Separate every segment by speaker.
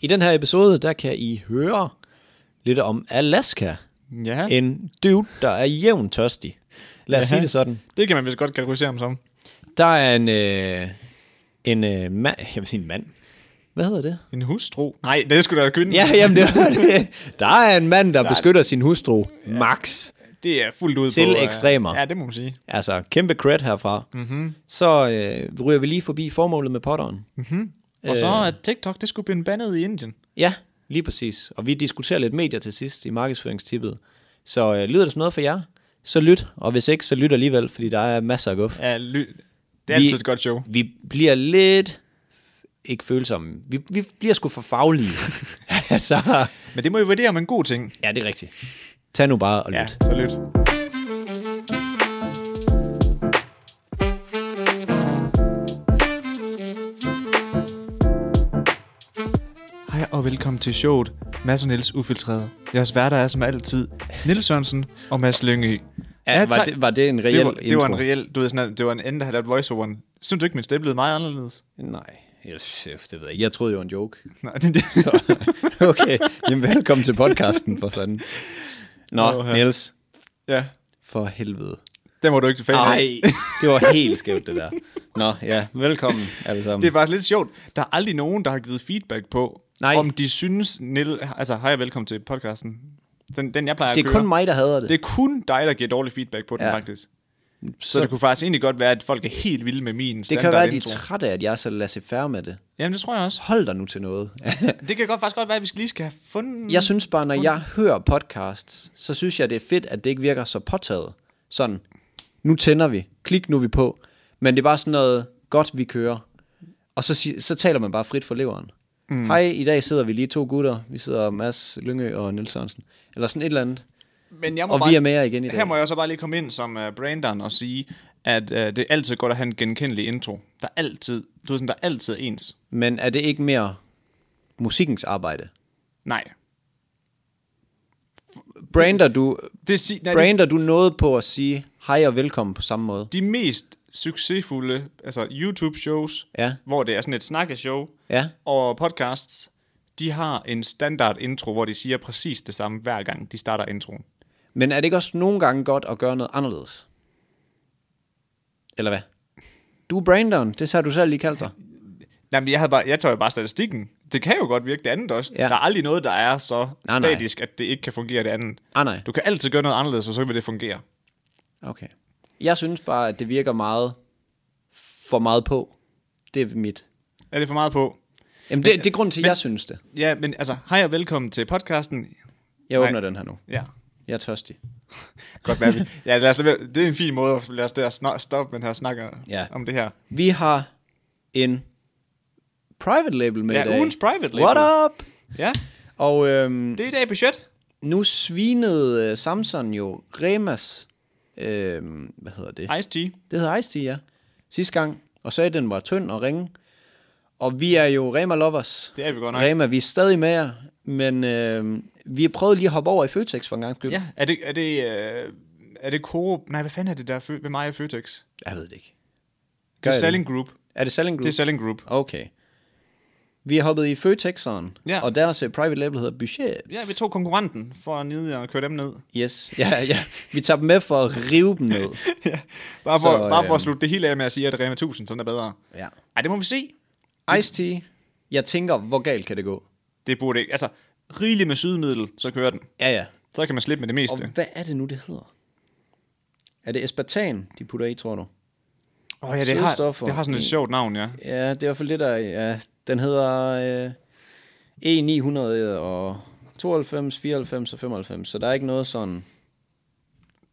Speaker 1: I den her episode, der kan I høre lidt om Alaska.
Speaker 2: Ja,
Speaker 1: En dude, der er jævnt tørstig. Lad os
Speaker 2: Jaha.
Speaker 1: sige det sådan.
Speaker 2: det kan man vist godt kategorisere ham som.
Speaker 1: Der er en, øh, en øh, mand, jeg vil sige en mand. Hvad hedder det?
Speaker 2: En hustru? Nej, det skulle da være kvinden.
Speaker 1: Ja, jamen det var det. Der er en mand, der beskytter sin hustru, Max.
Speaker 2: Det er fuldt ud
Speaker 1: Til
Speaker 2: på, øh,
Speaker 1: ekstremer.
Speaker 2: Ja, det må man sige.
Speaker 1: Altså, kæmpe cred herfra. Mm-hmm. Så øh, ryger vi lige forbi formålet med potteren. Øh.
Speaker 2: Og så at TikTok, det skulle blive bandet i Indien.
Speaker 1: Ja, lige præcis. Og vi diskuterer lidt medier til sidst i markedsføringstippet. Så øh, lyder det som noget for jer, så lyt. Og hvis ikke, så lyt alligevel, fordi der er masser af guf.
Speaker 2: Ja, ly- det er
Speaker 1: Vi-
Speaker 2: altid et godt show.
Speaker 1: Vi bliver lidt... Ikke følsomme. Vi, vi bliver sgu for faglige. altså,
Speaker 2: Men det må jo vurdere om en god ting.
Speaker 1: ja, det er rigtigt. Tag nu bare og lyt.
Speaker 2: Ja, så lyt. Hej og velkommen til showet Mads og Niels Ufiltreret. Jeres værter er som altid Niels Sørensen og Mads Lyngø.
Speaker 1: Ja, var,
Speaker 2: tak.
Speaker 1: det, var det en reel
Speaker 2: det var,
Speaker 1: intro?
Speaker 2: det var en reel, du ved sådan, at det var en anden, der havde lavet voiceoveren. Synes du ikke, min stemme blev meget anderledes?
Speaker 1: Nej, jeg, det ved jeg ikke. Jeg troede, det var en joke.
Speaker 2: Nej, det, det.
Speaker 1: Så, okay, jamen velkommen til podcasten for sådan. Nå,
Speaker 2: Åh,
Speaker 1: oh,
Speaker 2: ja.
Speaker 1: Niels,
Speaker 2: ja,
Speaker 1: for helvede.
Speaker 2: den var du ikke tilfældig.
Speaker 1: Nej, det var helt skævt det der. Nå, ja, velkommen alle sammen.
Speaker 2: Det er faktisk lidt sjovt. Der er aldrig nogen, der har givet feedback på,
Speaker 1: Nej.
Speaker 2: Nej. om de synes... Nil, altså, hej og velkommen til podcasten. Den, den jeg plejer
Speaker 1: det
Speaker 2: at
Speaker 1: er
Speaker 2: køre.
Speaker 1: kun mig, der hader det.
Speaker 2: Det er kun dig, der giver dårlig feedback på den,
Speaker 1: Ja.
Speaker 2: ja. faktisk. Så,
Speaker 1: Så-
Speaker 2: så det kunne faktisk egentlig godt være, at folk er helt vilde med min
Speaker 1: Det kan være, at de er
Speaker 2: intro.
Speaker 1: trætte af, at jeg er så lasse færre med det.
Speaker 2: Jamen, det tror jeg også.
Speaker 1: Hold dig nu til noget.
Speaker 2: Det kan godt faktisk godt være, at vi skal lige skal have fundet...
Speaker 1: jeg synes bare, når jeg hører podcasts, så synes jeg, det er fedt, at det ikke virker så påtaget. Sådan, nu tænder vi, klik nu er vi på. Men det er bare sådan noget, godt vi kører. Og så, sig- så taler man bare frit for leveren. Mm. Hej, i dag sidder vi lige to gutter. Vi sidder Mads Lyngø og Niels Sørensen. Eller sådan et eller andet.
Speaker 2: Men jeg må
Speaker 1: Og
Speaker 2: bare,
Speaker 1: vi er med jer igen i dag.
Speaker 2: Her må jeg så bare lige komme ind som uh, branderen og sige, at uh, det er altid godt at have en genkendelig intro. Der er altid... Du ved sådan, der er altid ens.
Speaker 1: Men er det ikke mere musikkens arbejde?
Speaker 2: Nej.
Speaker 1: Brander du,
Speaker 2: Det, si- nej, det,
Speaker 1: brander du noget på at sige hej og velkommen på samme måde?
Speaker 2: de mest succesfulde altså YouTube-shows,
Speaker 1: Ja.
Speaker 2: hvor det er sådan et snakkeshow,
Speaker 1: Ja.
Speaker 2: og podcasts, de har en standard intro, hvor de siger præcis det samme hver gang, de starter introen.
Speaker 1: Men er det ikke også nogle gange godt at gøre noget anderledes? Eller hvad? Du er branderen, det har du selv lige kaldt dig.
Speaker 2: Nej, men jeg, havde bare, jeg tager jo bare statistikken. Det kan jo godt virke det andet også.
Speaker 1: Ja.
Speaker 2: Ja. Der er aldrig noget, der er så
Speaker 1: Nej,
Speaker 2: nej,
Speaker 1: nej.
Speaker 2: statisk, nej. at det ikke kan fungere det andet.
Speaker 1: Ah nej,
Speaker 2: Du kan altid gøre noget anderledes, og så vil det fungere.
Speaker 1: okay. Jeg synes bare, at det virker meget for meget på. Det er mit.
Speaker 2: Er det for meget på?
Speaker 1: Jamen, det, det er grunden til, at jeg synes det.
Speaker 2: Ja, men altså, hej og velkommen til podcasten.
Speaker 1: Jeg
Speaker 2: Nej.
Speaker 1: åbner den her nu.
Speaker 2: Ja,
Speaker 1: Jeg er tørstig.
Speaker 2: godt være vi. Ja, lad os, lade være- det er en fin måde at lade os der snak- stoppe med den her snakker
Speaker 1: Ja.
Speaker 2: ja. om det her.
Speaker 1: Vi har en private label med i
Speaker 2: Ja,
Speaker 1: dag.
Speaker 2: ugens private label.
Speaker 1: What up?
Speaker 2: Ja,
Speaker 1: Og øhm,
Speaker 2: det er i dag i budget.
Speaker 1: nu svinede øh, Samson jo Remas, øhm, hvad hedder det?
Speaker 2: Ice tea.
Speaker 1: Det hedder Ice ja. Sidste gang. Og sagde, at den var tynd og ringe. Og vi er jo Rema Lovers.
Speaker 2: Det er vi godt nok.
Speaker 1: Rema, vi er stadig med jer. Men øh, vi har prøvet lige at hoppe over i Føtex for en gang skyld.
Speaker 2: Ja, er det, er det, øh, er det Coop? Nej, hvad fanden er det der fø- ved mig og Føtex?
Speaker 1: Jeg ved det ikke.
Speaker 2: Det
Speaker 1: Gør
Speaker 2: er
Speaker 1: jeg
Speaker 2: Selling Group.
Speaker 1: Er det Selling Group?
Speaker 2: Det er Selling Group.
Speaker 1: Okay. Vi har hoppet i Føtexeren.
Speaker 2: Ja.
Speaker 1: Og deres øh, private label hedder Budget.
Speaker 2: Ja, vi tog konkurrenten for at nede og køre dem ned.
Speaker 1: Yes. Ja, ja. Vi tager dem med for at rive dem ned.
Speaker 2: Bare for,
Speaker 1: Så,
Speaker 2: så, bare for
Speaker 1: øhm,
Speaker 2: at slutte det hele af med at sige, at Rema 1000 sådan er bedre.
Speaker 1: ja.
Speaker 2: Ej, det må vi se.
Speaker 1: Ice Tea. Jeg tænker, hvor galt kan det gå?
Speaker 2: Det burde ikke. Altså, rigeligt med sydmiddel, så kører den.
Speaker 1: Ja, ja.
Speaker 2: Så kan man slippe med det
Speaker 1: Og
Speaker 2: meste.
Speaker 1: hvad er det nu, det hedder? Er det aspartan, de putter i, tror du?
Speaker 2: Åh oh, ja, det har,
Speaker 1: sødstoffer. Mm.
Speaker 2: det har sådan et sjovt navn, ja.
Speaker 1: Ja, det er i hvert fald det, der... Ja, den hedder øh, E900 og 92, 94 og 95, så der er ikke noget sådan...
Speaker 2: Der er
Speaker 1: Men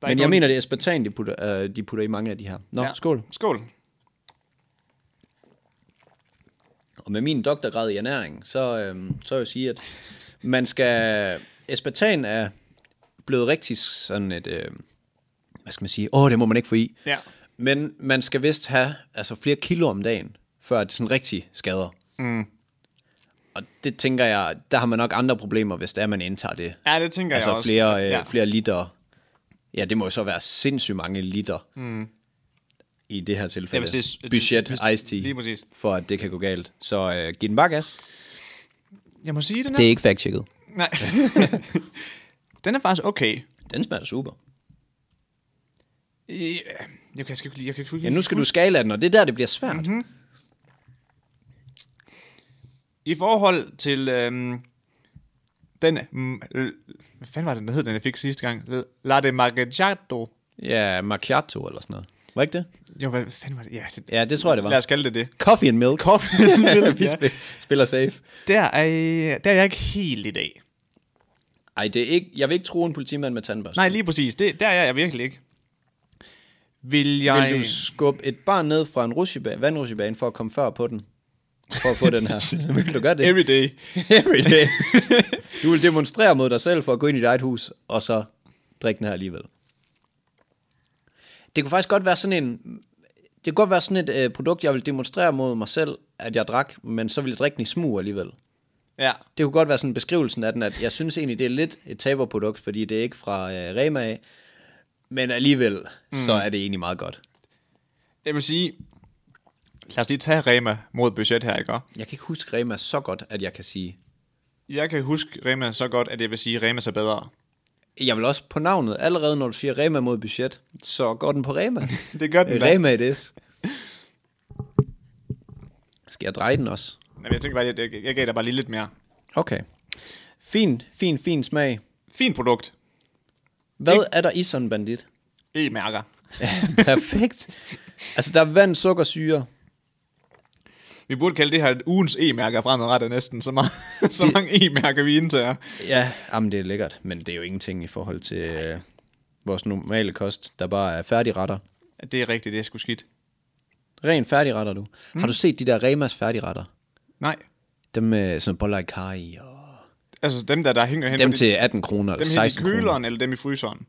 Speaker 2: ikke
Speaker 1: jeg
Speaker 2: nogen-
Speaker 1: mener, det er aspartan, de putter, øh, de putter i mange af de her. Nå, ja.
Speaker 2: Ja.
Speaker 1: skål.
Speaker 2: Skål.
Speaker 1: Og med min doktorgrad i ernæring, så, øh, så vil jeg sige, at man skal... Aspartan er blevet rigtig sådan et... Øh, hvad skal man sige? Åh, oh, det må man ikke få i.
Speaker 2: Ja.
Speaker 1: Men man skal vist have altså, flere kilo om dagen, før det sådan rigtig skader. Mm. Og det tænker jeg, der har man nok andre problemer, hvis det er, man indtager det.
Speaker 2: Ja, det tænker jeg
Speaker 1: altså
Speaker 2: også.
Speaker 1: flere, øh,
Speaker 2: ja.
Speaker 1: flere liter. Ja, det må jo så være sindssygt mange liter. Mm. I det her tilfælde.
Speaker 2: Ja, hvis det er s-
Speaker 1: Budget
Speaker 2: hvis-
Speaker 1: ice tea.
Speaker 2: lige præcis.
Speaker 1: For at det kan gå galt. Så øh, giv den bare gas.
Speaker 2: Jeg må sige, den er...
Speaker 1: Det er ikke fact-checket.
Speaker 2: Nej. den er faktisk okay.
Speaker 1: Den smager super.
Speaker 2: Øh, Jeg kan, jeg skal ikke lige... Jeg kan ikke lige...
Speaker 1: Ja, nu skal du skala den, og det er der, det bliver svært.
Speaker 2: Mhm.
Speaker 1: Mm-hmm.
Speaker 2: I forhold til øhm, den... Mm, øh, hvad fanden var det, den hed, den jeg fik sidste gang? Latte Macchiato.
Speaker 1: Ja, macchiato eller sådan noget. Var ikke det?
Speaker 2: Jo, hvad fanden var det? Ja, det,
Speaker 1: Ja, det tror jeg, det var.
Speaker 2: lad os kalde det det.
Speaker 1: Coffee and milk. Coffee and milk. Vi spil- spiller safe.
Speaker 2: Der er, øh, der er jeg ikke helt i dag.
Speaker 1: Ej, det er ikke, jeg vil ikke tro en politimand med tandbørste.
Speaker 2: Nej, lige præcis. Det, der er jeg virkelig ikke. Vil jeg...
Speaker 1: Vil du skubbe et barn ned fra en rutsjebane, vandrutsjebane for at komme før på den? For at få den her. Vil du gøre det?
Speaker 2: Every day.
Speaker 1: Every day. Du vil demonstrere mod dig selv for at gå ind i dit eget hus, og så drikke den her alligevel. Det kunne faktisk godt være sådan en... Det kunne godt være sådan et øh, produkt, jeg vil demonstrere mod mig selv, at jeg drak, men så vil jeg drikke den i smug alligevel.
Speaker 2: Ja.
Speaker 1: Det kunne godt være sådan beskrivelsen af den, at jeg synes egentlig, det er lidt et taberprodukt, fordi det er ikke fra øh, Rema af, men alligevel, mm. så er det egentlig meget godt.
Speaker 2: Jeg vil sige... Lad os lige tage Rema mod budget her, ikke?
Speaker 1: Jeg kan ikke huske Rema så godt, at jeg kan sige...
Speaker 2: Jeg kan huske Rema så godt, at jeg vil sige, at Rema er bedre.
Speaker 1: Jeg vil også på navnet, allerede når du siger Rema mod budget, så går den på Rema.
Speaker 2: Det gør den da.
Speaker 1: Rema it is. Skal jeg dreje den også?
Speaker 2: Jamen, jeg tænker bare, at jeg, jeg gav dig bare lige lidt mere.
Speaker 1: Okay. Fint, fin, fin smag.
Speaker 2: Fint produkt.
Speaker 1: Hvad er der i sådan en bandit?
Speaker 2: E-mærker.
Speaker 1: Perfekt. Altså, der er vand, sukkersyre.
Speaker 2: Vi burde kalde det her et ugens e-mærker fremadrettet næsten, så, meget, så mange e-mærker vi indtager.
Speaker 1: Ja, jamen, det er lækkert, men det er jo ingenting i forhold til øh, vores normale kost, der bare er færdigretter.
Speaker 2: Det er rigtigt, det er sgu skidt.
Speaker 1: Ren færdigretter, du. Mm. Har du set de der Remas færdigretter?
Speaker 2: Nej.
Speaker 1: Dem med sådan boller i kaj og...
Speaker 2: Altså dem der, der hænger hen
Speaker 1: Dem
Speaker 2: på de-
Speaker 1: til 18 kroner
Speaker 2: dem
Speaker 1: eller
Speaker 2: hen i
Speaker 1: 16 kroner.
Speaker 2: køleren, eller dem i fryseren.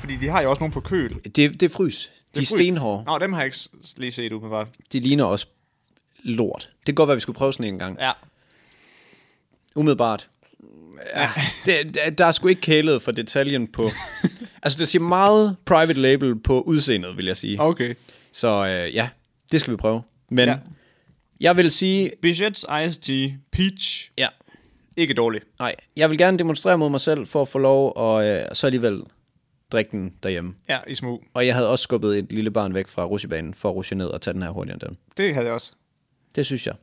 Speaker 2: Fordi de har jo også nogen på køl. Det
Speaker 1: Det, det er frys. De
Speaker 2: er
Speaker 1: er
Speaker 2: fry-
Speaker 1: stenhårde.
Speaker 2: Nå, dem har jeg ikke s- lige set umiddelbart.
Speaker 1: De ligner også lort. Det kan godt være, vi skulle prøve sådan en gang.
Speaker 2: Ja.
Speaker 1: Umiddelbart. Ja, det, det- der er sgu ikke kælet for detaljen på... altså, det siger meget private label på udseendet, vil jeg sige.
Speaker 2: Okay.
Speaker 1: Så øh, ja, det skal vi prøve. Men
Speaker 2: Ja.
Speaker 1: ja. jeg vil sige...
Speaker 2: Bichets Ice Tea Peach.
Speaker 1: Ja,
Speaker 2: Ikke dårlig.
Speaker 1: nej. Jeg vil gerne demonstrere mod mig selv for at få lov at øh, så alligevel drikke den derhjemme.
Speaker 2: Ja, i smug.
Speaker 1: Og jeg havde også skubbet et lille barn væk fra rusjebanen for at rusje ned og tage den her hurtigere end den.
Speaker 2: Det havde jeg også.
Speaker 1: Det synes jeg.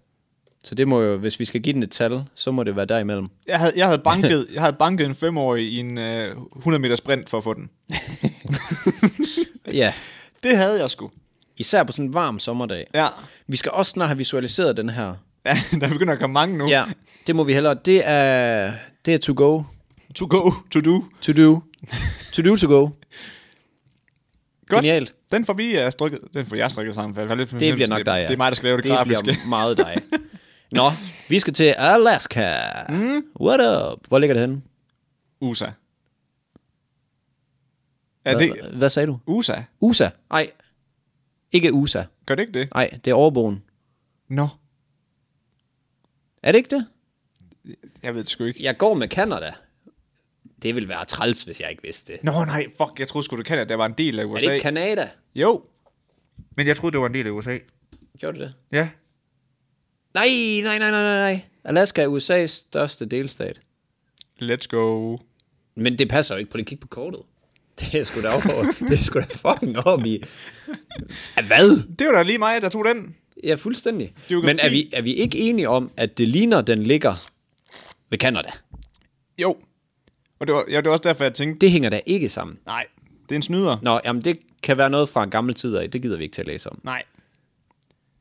Speaker 1: Så det må jo, hvis vi skal give den et tal, så må det være derimellem.
Speaker 2: Jeg havde, jeg havde, banket, jeg havde banket en femårig i en øh, 100 meter sprint for at få den.
Speaker 1: Ja.
Speaker 2: Det havde jeg sgu.
Speaker 1: Især på sådan en varm sommerdag.
Speaker 2: Ja.
Speaker 1: Vi skal også snart have visualiseret den her.
Speaker 2: ja der begynder at komme mange nu.
Speaker 1: Ja, det må vi hellere. Det er, det er to go.
Speaker 2: To go, to do.
Speaker 1: To do. To do to go.
Speaker 2: Godt.
Speaker 1: Genialt.
Speaker 2: Den får vi uh, strikket, den får jeg strikket sammen. For jeg har lidt
Speaker 1: Det
Speaker 2: fornemmelse
Speaker 1: bliver
Speaker 2: af,
Speaker 1: nok dig, ja.
Speaker 2: Det er mig, der skal lave det, det
Speaker 1: Det
Speaker 2: grafiske.
Speaker 1: bliver meget dig. Nå, vi skal til Alaska. Mm. What up? Hvor ligger det henne?
Speaker 2: USA. Ja,
Speaker 1: Hvad,
Speaker 2: det,
Speaker 1: hvad sagde du?
Speaker 2: USA.
Speaker 1: USA? Nej. Ikke USA.
Speaker 2: Gør det ikke det?
Speaker 1: Nej, det er overboen.
Speaker 2: Nå,
Speaker 1: Er det ikke det?
Speaker 2: jeg ved det sgu ikke.
Speaker 1: Jeg går med Canada. Det ville være træls, hvis jeg ikke vidste det.
Speaker 2: Nå nej, fuck, jeg troede sgu, du kan, at der var en del af
Speaker 1: Er
Speaker 2: USA.
Speaker 1: det ikke Canada?
Speaker 2: Jo. Men jeg troede, det var en del af USA.
Speaker 1: Gjorde du det?
Speaker 2: Ja.
Speaker 1: Nej, nej, nej, nej, nej, nej. Alaska er USA's største delstat.
Speaker 2: Let's go.
Speaker 1: Men det passer jo ikke på det kig på kortet. Det er sgu da over. det er sgu da fucking op i. Ah, Hvad?
Speaker 2: Det var da lige mig, der tog den.
Speaker 1: Ja, fuldstændig.
Speaker 2: Geografi.
Speaker 1: Men er vi, er vi ikke enige om, at det ligner, den ligger ved Canada?
Speaker 2: Jo. Og det var, ja, det var også derfor, jeg tænkte,
Speaker 1: Det hænger da ikke sammen.
Speaker 2: nej, det er en snyder.
Speaker 1: Nå, jamen det kan være noget fra en gammel tid af. Det gider vi ikke til at læse om.
Speaker 2: Nej.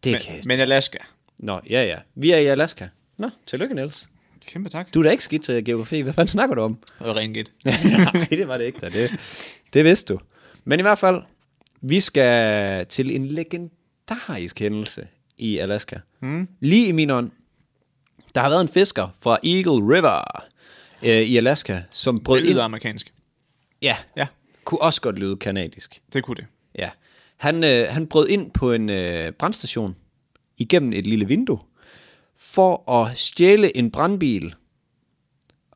Speaker 1: Det
Speaker 2: Men, men Alaska.
Speaker 1: Nå, ja, ja. Vi er i Alaska. Nå, tillykke, Niels.
Speaker 2: Kæmpe tak.
Speaker 1: Du er da ikke skidt til geografi. Hvad fanden snakker du om?
Speaker 2: Det var rent gæt.
Speaker 1: Nej, det var det ikke da. Det, det vidste du. Men i hvert fald, vi skal til en legendarisk hændelse i Alaska. Mm. Lige i min ånd, der har været en fisker fra Eagle River øh, i Alaska, som brød
Speaker 2: Det
Speaker 1: ind.
Speaker 2: lyder amerikansk.
Speaker 1: Ja,
Speaker 2: Ja,
Speaker 1: kunne også godt lyde kanadisk.
Speaker 2: det kunne det.
Speaker 1: Ja. Han, øh, han brød ind på en øh, brandstation igennem et lille vindue for at stjæle en brandbil.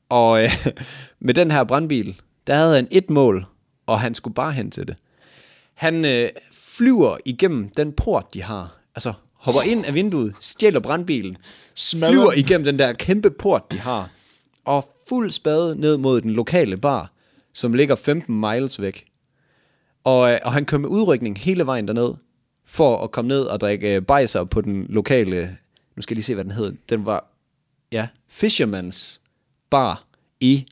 Speaker 1: Og øh, med den her brandbil, der havde han et mål, og han skulle bare hen til det. Han øh, flyver igennem den port, de har. Altså hopper ind af vinduet, stjæler brandbilen, flyver igennem den der kæmpe port, de har, og fuld spade ned mod den lokale bar, som ligger 15 miles væk. Og, øh, og han kører med udrykning hele vejen derned, for at komme ned og drikke øh, bajser på den lokale, nu skal jeg lige se, hvad den hed, den var, ja, Fisherman's Bar i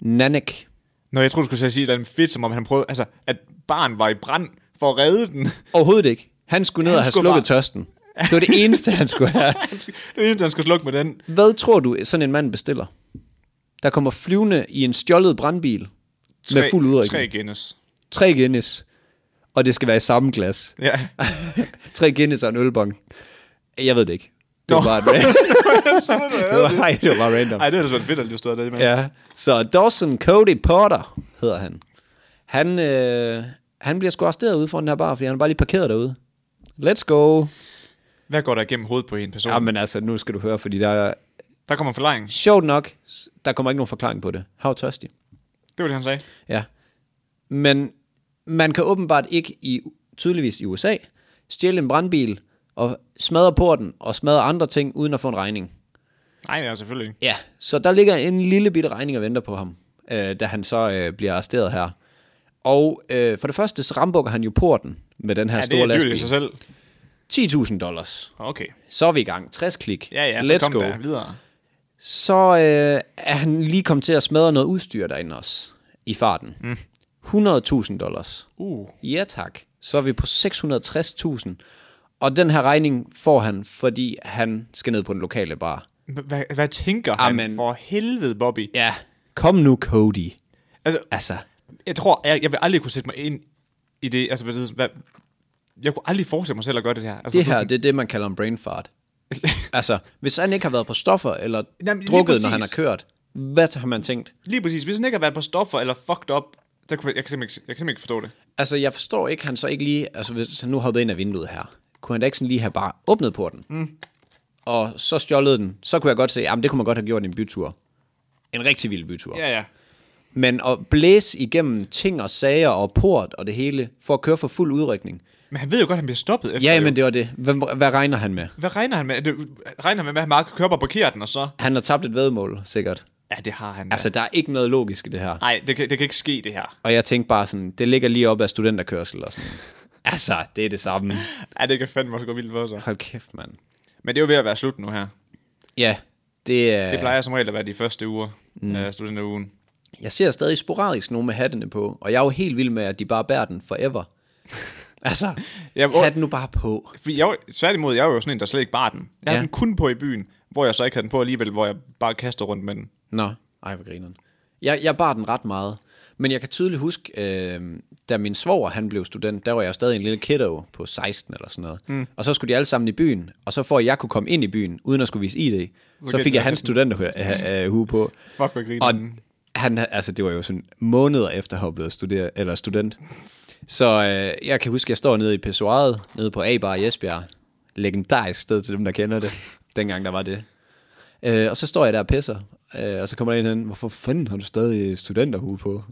Speaker 1: Nanek.
Speaker 2: Nå, jeg tror du skulle til at sige et eller andet fedt, som om han prøvede, altså, at barn var i brand for at redde den.
Speaker 1: Overhovedet ikke. Han skulle ned
Speaker 2: Han
Speaker 1: og have
Speaker 2: skulle
Speaker 1: slukket tørsten. Det var det eneste, han skulle have.
Speaker 2: Han skal- det eneste, han skal slukke med den.
Speaker 1: Hvad tror du, sådan en mand bestiller? Der kommer flyvende i en stjålet brandbil tre, med fuld
Speaker 2: Tre
Speaker 1: udrykning.
Speaker 2: Guinness.
Speaker 1: Tre. Guinness. Og det skal være i samme glas.
Speaker 2: Ja.
Speaker 1: tre Guinness og en ølbong. Jeg ved det ikke. Det var bare et random. det, var, ej, det var bare random.
Speaker 2: Ej, det er da sådan fedt, at du stod der med.
Speaker 1: Ja. Så Dawson Cody Potter hedder han. Han, øh, han bliver sgu arresteret ude foran den her bar, fordi han er bare lige parkeret derude. Let's go.
Speaker 2: Hvad går der igennem hovedet på en person? Jamen.
Speaker 1: Jamen altså, nu skal du høre, fordi der er
Speaker 2: Der kommer en forklaring.
Speaker 1: sjovt nok, der kommer ikke nogen forklaring på det. How thirsty.
Speaker 2: Det var det, han sagde.
Speaker 1: Ja. Men man kan åbenbart ikke, i, tydeligvis i USA, stjæle en brandbil og smadre porten og smadre andre ting, uden at få en regning.
Speaker 2: Nej, ja, selvfølgelig ikke.
Speaker 1: Ja, så der ligger en lille bitte regning og venter på ham, øh, da han så øh, bliver arresteret her. Og øh, for det første, så rambukker han jo porten med den her
Speaker 2: Ja,
Speaker 1: ja,
Speaker 2: det er
Speaker 1: store
Speaker 2: dyrt i
Speaker 1: lastbil.
Speaker 2: sig selv.
Speaker 1: 10.000 dollars.
Speaker 2: Okay.
Speaker 1: Så er vi i gang. 60 klik.
Speaker 2: Ja, ja, så
Speaker 1: Let's
Speaker 2: kom
Speaker 1: go.
Speaker 2: der videre.
Speaker 1: Så øh, er han lige kommet til at smadre noget udstyr derinde også, i farten. Mm. 100.000 dollars.
Speaker 2: Uh.
Speaker 1: Ja tak. Så er vi på 660.000. Og den her regning får han, fordi han skal ned på den lokale bar.
Speaker 2: Hvad, hvad tænker han?
Speaker 1: Amen.
Speaker 2: For helvede, Bobby.
Speaker 1: Ja, kom nu Cody.
Speaker 2: Altså,
Speaker 1: Altså,
Speaker 2: jeg tror, jeg, jeg vil aldrig kunne sætte mig ind i det. Altså, hvad, hvad, jeg kunne aldrig forestille mig selv at gøre det her. Altså,
Speaker 1: det
Speaker 2: du
Speaker 1: her,
Speaker 2: sådan-
Speaker 1: det er det, man kalder en brain fart. altså, hvis han ikke har været på stoffer, eller
Speaker 2: Jamen, lige
Speaker 1: drukket, når
Speaker 2: præcis.
Speaker 1: han har kørt, hvad har man tænkt?
Speaker 2: Lige præcis. Hvis han ikke har været på stoffer eller fucked up, der kunne, jeg, jeg, kan simpelthen, ikke- jeg kan simpelthen ikke forstå det.
Speaker 1: Altså, jeg forstår ikke, han så ikke lige... Altså, hvis han nu hoppede ind af vinduet her, kunne han da ikke sådan lige have bare åbnet porten? Mm. Og så stjålet den. Så kunne jeg godt se, jamen, det kunne man godt have gjort i en bytur. En rigtig vild bytur.
Speaker 2: Ja, ja.
Speaker 1: Men at blæse igennem ting og sager og port og det hele, for at køre for fuld udrykning.
Speaker 2: Men han ved jo godt, at han bliver stoppet efter.
Speaker 1: Ja,
Speaker 2: jo.
Speaker 1: men det var det. Hvem, hvad regner han med?
Speaker 2: Hvad regner han med? Er det- Regner han med, at Mark kører og parkerer den, og så...
Speaker 1: Han har tabt et vedmål, sikkert.
Speaker 2: Ja, det har han.
Speaker 1: Altså, der er ikke noget logisk i det her.
Speaker 2: Nej, det kan, det kan ikke ske, det her.
Speaker 1: Og jeg tænkte bare sådan, det ligger lige op af studenterkørsel og sådan. Altså, det er det samme.
Speaker 2: Ja, det kan fandme også gå vildt for sig.
Speaker 1: Hold kæft, mand.
Speaker 2: Men det er jo ved at være slut nu her.
Speaker 1: Ja, det er...
Speaker 2: Det plejer som regel at være de første uger mm. af studenterugen.
Speaker 1: Jeg ser stadig sporadisk nogen med hattene på, og jeg er jo helt vild med, at de bare bærer den forever. altså,
Speaker 2: Ja,
Speaker 1: ja,
Speaker 2: hvor-
Speaker 1: hvor... hatten nu bare på.
Speaker 2: Fordi jeg, var- tværtimod, jeg var jo sådan en, der slet ikke bar den. Jeg havde
Speaker 1: Ja.
Speaker 2: den kun på i byen, hvor jeg så ikke havde den på alligevel, hvor jeg bare kastede rundt med den.
Speaker 1: Nå, ej, hvor grineren. Jeg, jeg bar den ret meget. Men jeg kan tydeligt huske, øh, da min svoger han blev student, der var jeg stadig en lille kiddo på 16 eller sådan noget. Mm. Og så skulle de alle sammen i byen, og så for at jeg kunne komme ind i byen, uden at skulle vise ID, så,
Speaker 2: gæt
Speaker 1: fik jeg
Speaker 2: hvad.
Speaker 1: hans studenterhue på.
Speaker 2: Fuck, hvor griner
Speaker 1: Og
Speaker 2: den.
Speaker 1: han, havde- altså, det var jo sådan måneder efter, at han var blevet studer, eller student. Så øh, jeg kan huske, at jeg står nede i Pessoaret, nede på A-bar i Esbjerg. Legendarisk sted til dem, der kender det. Dengang der var det. Øh, og så står jeg der og pisser. Øh, og så kommer der en hen, hvorfor fanden har du stadig studenterhue på?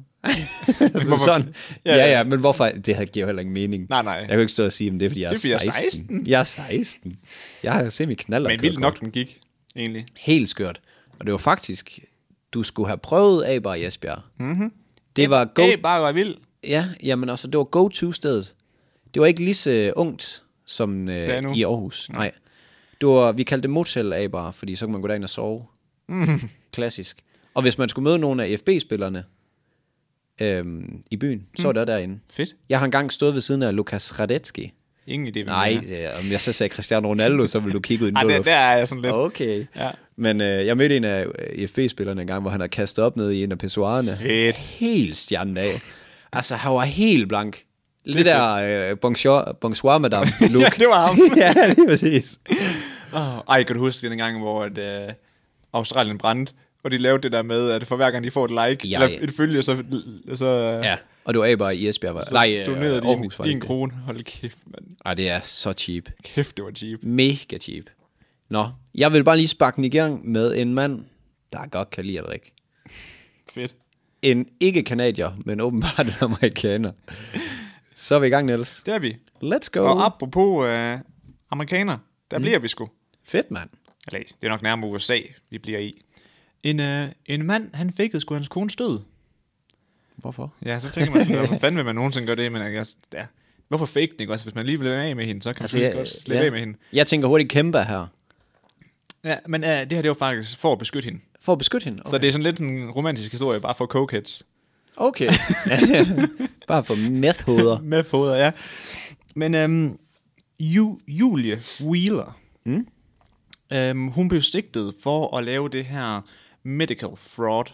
Speaker 1: så sådan,
Speaker 2: Ja,
Speaker 1: ja,
Speaker 2: ja.
Speaker 1: ja, men hvorfor? Det her giver jo heller ingen mening.
Speaker 2: Nej, nej.
Speaker 1: Jeg kan jo ikke stå og sige, at det er, fordi jeg
Speaker 2: Det er, fordi
Speaker 1: er,
Speaker 2: jeg er
Speaker 1: 16. Jeg er 16. Jeg har semi-knaller.
Speaker 2: Men vildt nok, den gik, egentlig.
Speaker 1: Helt skørt. Og det var faktisk, du skulle have prøvet A-bar i Esbjerg.
Speaker 2: Mhm.
Speaker 1: Mm-hmm. Det var go,
Speaker 2: Hey, bare var vild.
Speaker 1: ja, jamen altså, det var go-to-stedet. Det var ikke lige så ungt som
Speaker 2: er nu.
Speaker 1: øh, i Aarhus. Nej. Det var, vi kaldte det motel A-bar, fordi så kunne man gå derind og sove.
Speaker 2: Mhm.
Speaker 1: Mm. Klassisk. Og hvis man skulle møde nogle af FB-spillerne øhm, i byen,
Speaker 2: Mhm.
Speaker 1: så var det derinde.
Speaker 2: Fedt.
Speaker 1: Jeg har engang stået ved siden af Lukas Radetski.
Speaker 2: Ingen idé, hvem
Speaker 1: Nej,
Speaker 2: det er.
Speaker 1: ja, om jeg så sagde Cristiano Ronaldo, så ville du kigge ud i den
Speaker 2: Ej,
Speaker 1: blå
Speaker 2: der,
Speaker 1: luft.
Speaker 2: der er jeg sådan lidt.
Speaker 1: Okay.
Speaker 2: Ja.
Speaker 1: Men øh, jeg mødte en af IFB-spillerne en gang, hvor han har kastet op ned i en af pissoirerne.
Speaker 2: Fedt.
Speaker 1: Helt stjernen af. Altså, han var helt blank. Det der øh, bonsoir, bonsoir madame look.
Speaker 2: Ja, det var ham.
Speaker 1: ja, lige præcis.
Speaker 2: Oh, ej, kan du huske den gang, hvor at, øh, Australien brændte, og de lavede det der med, at for hver gang de får et like, ja,
Speaker 1: Ja,
Speaker 2: eller
Speaker 1: ja.
Speaker 2: et følge, så, så øh,
Speaker 1: Ja. Og det var A-bar i Esbjerg. Var, nej, øh,
Speaker 2: donerede de
Speaker 1: Aarhus var
Speaker 2: en, en
Speaker 1: det.
Speaker 2: krone. Hold kæft, mand.
Speaker 1: Ej, det er så cheap.
Speaker 2: Kæft, det var cheap.
Speaker 1: Mega cheap. Nå, jeg vil bare lige sparke den i gang med en mand, der godt kan lide at drikke.
Speaker 2: Fedt.
Speaker 1: En ikke-kanadier, men åbenbart en amerikaner. Så er vi i gang, Niels.
Speaker 2: Det er vi.
Speaker 1: Let's go.
Speaker 2: Og apropos øh, amerikaner, Der mm. bliver vi sgu.
Speaker 1: Fedt, mand.
Speaker 2: Eller det er nok nærmere USA, vi bliver i. En, øh, en mand, han fækkede sgu hans kones død.
Speaker 1: Hvorfor?
Speaker 2: Ja, så tænker man sådan, hvorfor fanden vil man nogensinde gøre det? Men jeg, ja, hvorfor fake den, ikke også? Hvis man lige vil være af med hende, så kan altså, man ja, også slippe ja. af med hende.
Speaker 1: Jeg tænker hurtigt kæmpe her.
Speaker 2: Ja, men uh, det her, det var faktisk for at beskytte hende.
Speaker 1: For at beskytte hende?
Speaker 2: Okay. Så det er sådan lidt en romantisk historie, bare for cokeheads.
Speaker 1: Okay. Bare for meth-hoveder.
Speaker 2: Med foder, ja. Men øhm, Ju- Julie Wheeler,
Speaker 1: Mm.
Speaker 2: øhm, hun blev sigtet for at lave det her medical fraud,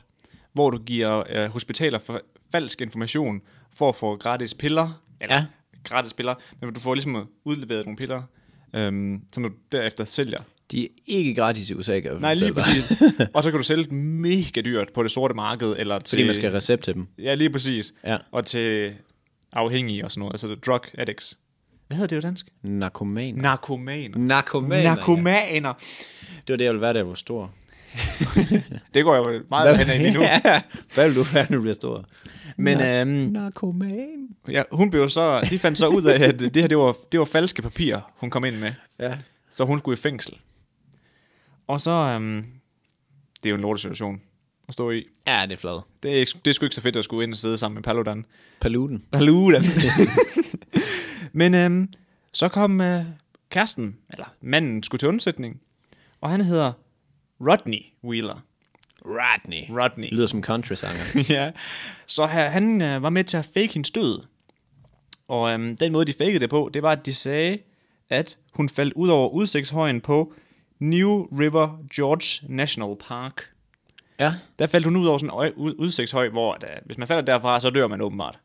Speaker 2: hvor du giver øh, hospitaler for falsk information for at få gratis piller. Eller
Speaker 1: Ja.
Speaker 2: gratis piller, men du får ligesom udleveret nogle piller, øhm, som du derefter sælger.
Speaker 1: De er ikke gratis i USA, kan jeg
Speaker 2: Nej, lige
Speaker 1: fortælle dig.
Speaker 2: præcis. og så kan du sælge det mega dyrt på det sorte marked, eller til...
Speaker 1: Fordi man skal have recept til dem.
Speaker 2: Ja, lige præcis.
Speaker 1: Ja.
Speaker 2: Og til afhængige og sådan noget. Altså drug addicts. Hvad hedder det jo dansk?
Speaker 1: Narkomaner.
Speaker 2: Narkomaner.
Speaker 1: Narkomaner.
Speaker 2: Narkomaner.
Speaker 1: Det var det, jeg ville være, da jeg var stor.
Speaker 2: Det går jeg jo meget hen af lige nu.
Speaker 1: ja. Hvad vil du være, når du bliver stor?
Speaker 2: Men øhm,
Speaker 1: Narkoman.
Speaker 2: ja, hun blev så, de fandt så ud af, at det her det var, det var falske papirer, hun kom ind med.
Speaker 1: Ja.
Speaker 2: Så hun skulle i fængsel. Og så, øhm, det er jo en lortesituation at stå i.
Speaker 1: Ja, det er flad.
Speaker 2: Det er, ikke, det er sgu ikke så fedt at skulle ind og sidde sammen med Paludan.
Speaker 1: Paluden.
Speaker 2: Paludan. Men øhm, så kom øh, kæresten, eller manden, skulle til undsætning, og han hedder Rodney Wheeler.
Speaker 1: Rodney.
Speaker 2: Rodney.
Speaker 1: Det lyder som country-sanger.
Speaker 2: ja. Så her, han øh, var med til at fake hendes død. Og øhm, den måde, de fakede det på, det var, at de sagde, at hun faldt ud over udsigtshøjen på New River George National Park.
Speaker 1: ja.
Speaker 2: Der faldt hun ud over sådan en øj- ud- udsigtshøj, hvor at, øh, hvis man falder derfra, så dør man åbenbart.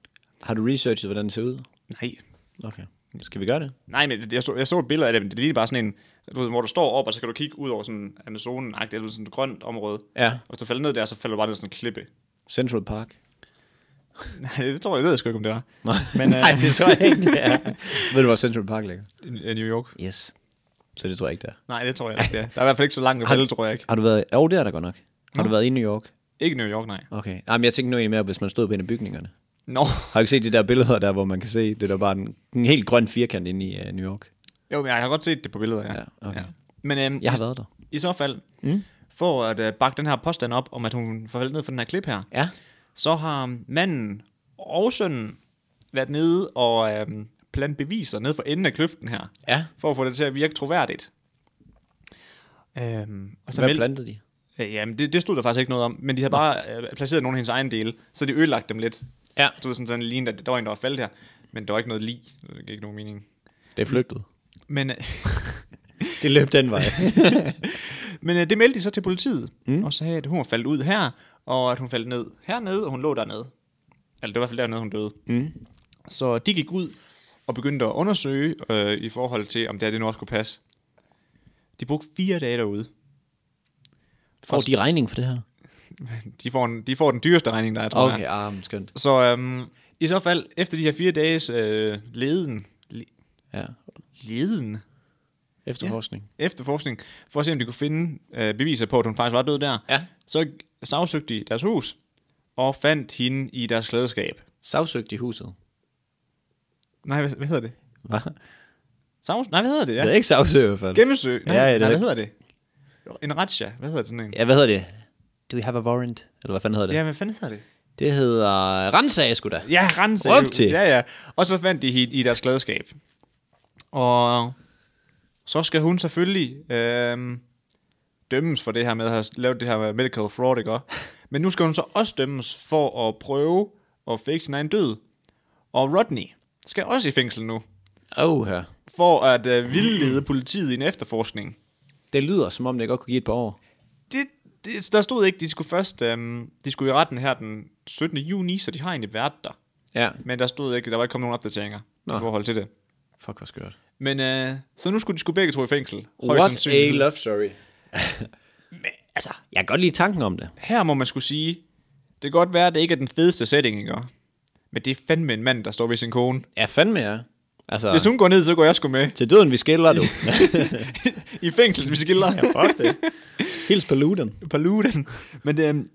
Speaker 1: Har du researchet, hvordan det ser ud?
Speaker 2: Nej,
Speaker 1: Okay. Skal vi gøre det?
Speaker 2: Nej, men det- jeg så, jeg så et billede af det, men det ligner bare sådan en, du ved, hvor du står op, og så kan du kigge ud over sådan Amazonen, agtigt eller sådan et grønt område.
Speaker 1: Ja.
Speaker 2: Og hvis du falder ned der, så falder du bare ned i sådan en klippe.
Speaker 1: Central Park.
Speaker 2: Nej, det tror jeg, jeg ved sgu ikke, om det var.
Speaker 1: Nej,
Speaker 2: Men, øh,
Speaker 1: Nej det tror jeg ikke, det er. Ved du, hvor Central Park ligger?
Speaker 2: I- i New York.
Speaker 1: Yes. Så det tror jeg ikke, det er.
Speaker 2: Nej, det tror jeg ikke, det er. Der er i hvert fald ikke så langt at falde, tror jeg ikke.
Speaker 1: Har du været... Jo, oh, det er der godt nok. Har du været i New York?
Speaker 2: Ikke New York, nej.
Speaker 1: Okay. Nej, men jeg tænkte nu egentlig mere, hvis man stod på en af bygningerne.
Speaker 2: Nå,
Speaker 1: Har du ikke set de der billeder der, hvor man kan se, det der bare en, en helt grøn firkant inde i uh, New York?
Speaker 2: jo, men jeg har godt set det på billeder, ja.
Speaker 1: Ja, okay.
Speaker 2: Men øhm,
Speaker 1: Jeg har været der.
Speaker 2: i så fald, mm? for at øh, bakke den her påstand op, om at hun faldt ned for den her klip her,
Speaker 1: Ja.
Speaker 2: så har manden og sønnen været nede og øhm, plantet beviser ned for enden af kløften her.
Speaker 1: Ja.
Speaker 2: for at få det til at virke troværdigt. Øhm, og så
Speaker 1: Hvad
Speaker 2: meld...
Speaker 1: plantede de?
Speaker 2: øh, jamen, det, det stod der faktisk ikke noget om, men de havde bare øh, placeret nogle af hendes egne dele, så de ødelagt dem lidt.
Speaker 1: Ja.
Speaker 2: Så det var sådan, sådan lignende, at der var en, der var faldet her, men der var ikke noget lig. Det gav ikke nogen mening.
Speaker 1: Det er flygtet.
Speaker 2: Men, øh,
Speaker 1: Mm. Det løb den vej.
Speaker 2: men øh, det meldte de så til politiet, mm. og sagde, at hun var faldet ud her, og at hun faldt ned hernede, og hun lå dernede. Eller det var i hvert fald dernede, hun døde.
Speaker 1: mm.
Speaker 2: Så de gik ud og begyndte at undersøge øh, i forhold til, om det her det nu også kunne passe. De brugte fire dage derude.
Speaker 1: Får de regning for det her?
Speaker 2: De får, en, de får den dyreste regning, der er, tror jeg.
Speaker 1: Okay, ah, men skønt.
Speaker 2: Så øhm, i så fald, efter de her fire dages øh, leden, le,
Speaker 1: Ja.
Speaker 2: leden
Speaker 1: Efterforskning.
Speaker 2: efterforskning, for at se, om de kunne finde øh, beviser på, at hun faktisk var død der,
Speaker 1: Ja.
Speaker 2: så sagsøgte de deres hus og fandt hende i deres klædeskab.
Speaker 1: Savsøgt i huset.
Speaker 2: Nej, hvad, hvad hedder det?
Speaker 1: Hva?
Speaker 2: Savs, nej, hvad hedder det?
Speaker 1: Ja. Det
Speaker 2: Ja.
Speaker 1: er ikke savsøgt i hvert fald.
Speaker 2: Gennemsøg. Nej,
Speaker 1: Ja, ja, det er
Speaker 2: ja, nej, hvad
Speaker 1: ikke-
Speaker 2: hedder det? En razzia. Hvad hedder det sådan en?
Speaker 1: Ja, hvad hedder det? Do you have a warrant? Eller hvad fanden hedder det?
Speaker 2: Ja, hvad fanden hedder det?
Speaker 1: Det hedder... Rensag, sgu da.
Speaker 2: Ja, rense.
Speaker 1: Råb til.
Speaker 2: Ja, ja. Og så fandt de hende i deres klædeskab. Og så skal hun selvfølgelig øhm, dømmes for det her med at have lavet det her med medical fraud, ikke? også? Men nu skal hun så også dømmes for at prøve at fake sin egen død. Og Rodney skal også i fængsel nu,
Speaker 1: Oh, her.
Speaker 2: for at øh, vildlede politiet i en efterforskning.
Speaker 1: Det lyder, som om det godt kunne give et par år.
Speaker 2: Det, det, der stod ikke, de skulle først, øhm, de skulle i retten her den 17. juni, så de har egentlig været der.
Speaker 1: Ja.
Speaker 2: Men der stod ikke, der var ikke kommet nogen opdateringer Nå.
Speaker 1: Nå.
Speaker 2: i forhold til det.
Speaker 1: Fuck, hvor skørt.
Speaker 2: Men øh, så nu skulle de skulle begge to i fængsel. højst
Speaker 1: What a
Speaker 2: sandsynligt.
Speaker 1: love story. altså, jeg kan godt lide tanken om det.
Speaker 2: Her må man skulle sige, det kan godt være, at det ikke er den fedeste setting, ikke? Men det er fandme en mand, der står ved sin kone.
Speaker 1: Ja, fandme ja. Altså,
Speaker 2: Hvis hun går ned, så går jeg sgu med.
Speaker 1: til døden vi skiller, du.
Speaker 2: I fængsel, vi skiller. Ja, fuck det.
Speaker 1: Hils på luden.
Speaker 2: Paluden. Men det, øhm,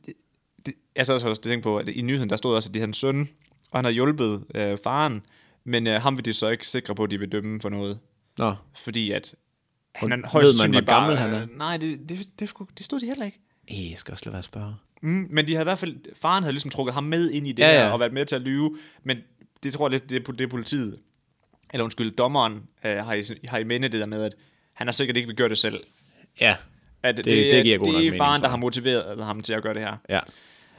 Speaker 2: det, jeg sad også og tænkte på, at i nyheden, der stod også, at det er hans søn, og han har hjulpet øh, faren. Men øh, ham vil de så ikke sikre på, at de vil dømme for noget.
Speaker 1: Nå,
Speaker 2: Fordi at Han
Speaker 1: ved
Speaker 2: er højst
Speaker 1: man,
Speaker 2: sandsynligt
Speaker 1: hvor
Speaker 2: bare...
Speaker 1: gammel han er?
Speaker 2: øh, Nej, det, det, det, det, det stod de heller ikke.
Speaker 1: Ej, jeg skal også lade være at spørge.
Speaker 2: Mm, men de havde i hvert fald, faren havde ligesom trukket ham med ind i det
Speaker 1: Ja,
Speaker 2: ja,
Speaker 1: ja.
Speaker 2: her, og været med til at lyve, men det tror jeg lidt, det er, po- det er politiet, eller undskyld, dommeren øh, har, i, har i minde det der med, at han har sikkert ikke vil gøre det selv.
Speaker 1: Ja.
Speaker 2: At det,
Speaker 1: det giver god
Speaker 2: det
Speaker 1: nok
Speaker 2: er
Speaker 1: mening,
Speaker 2: faren,
Speaker 1: tror
Speaker 2: der
Speaker 1: jeg.
Speaker 2: har motiveret ham til at gøre det her.
Speaker 1: Ja.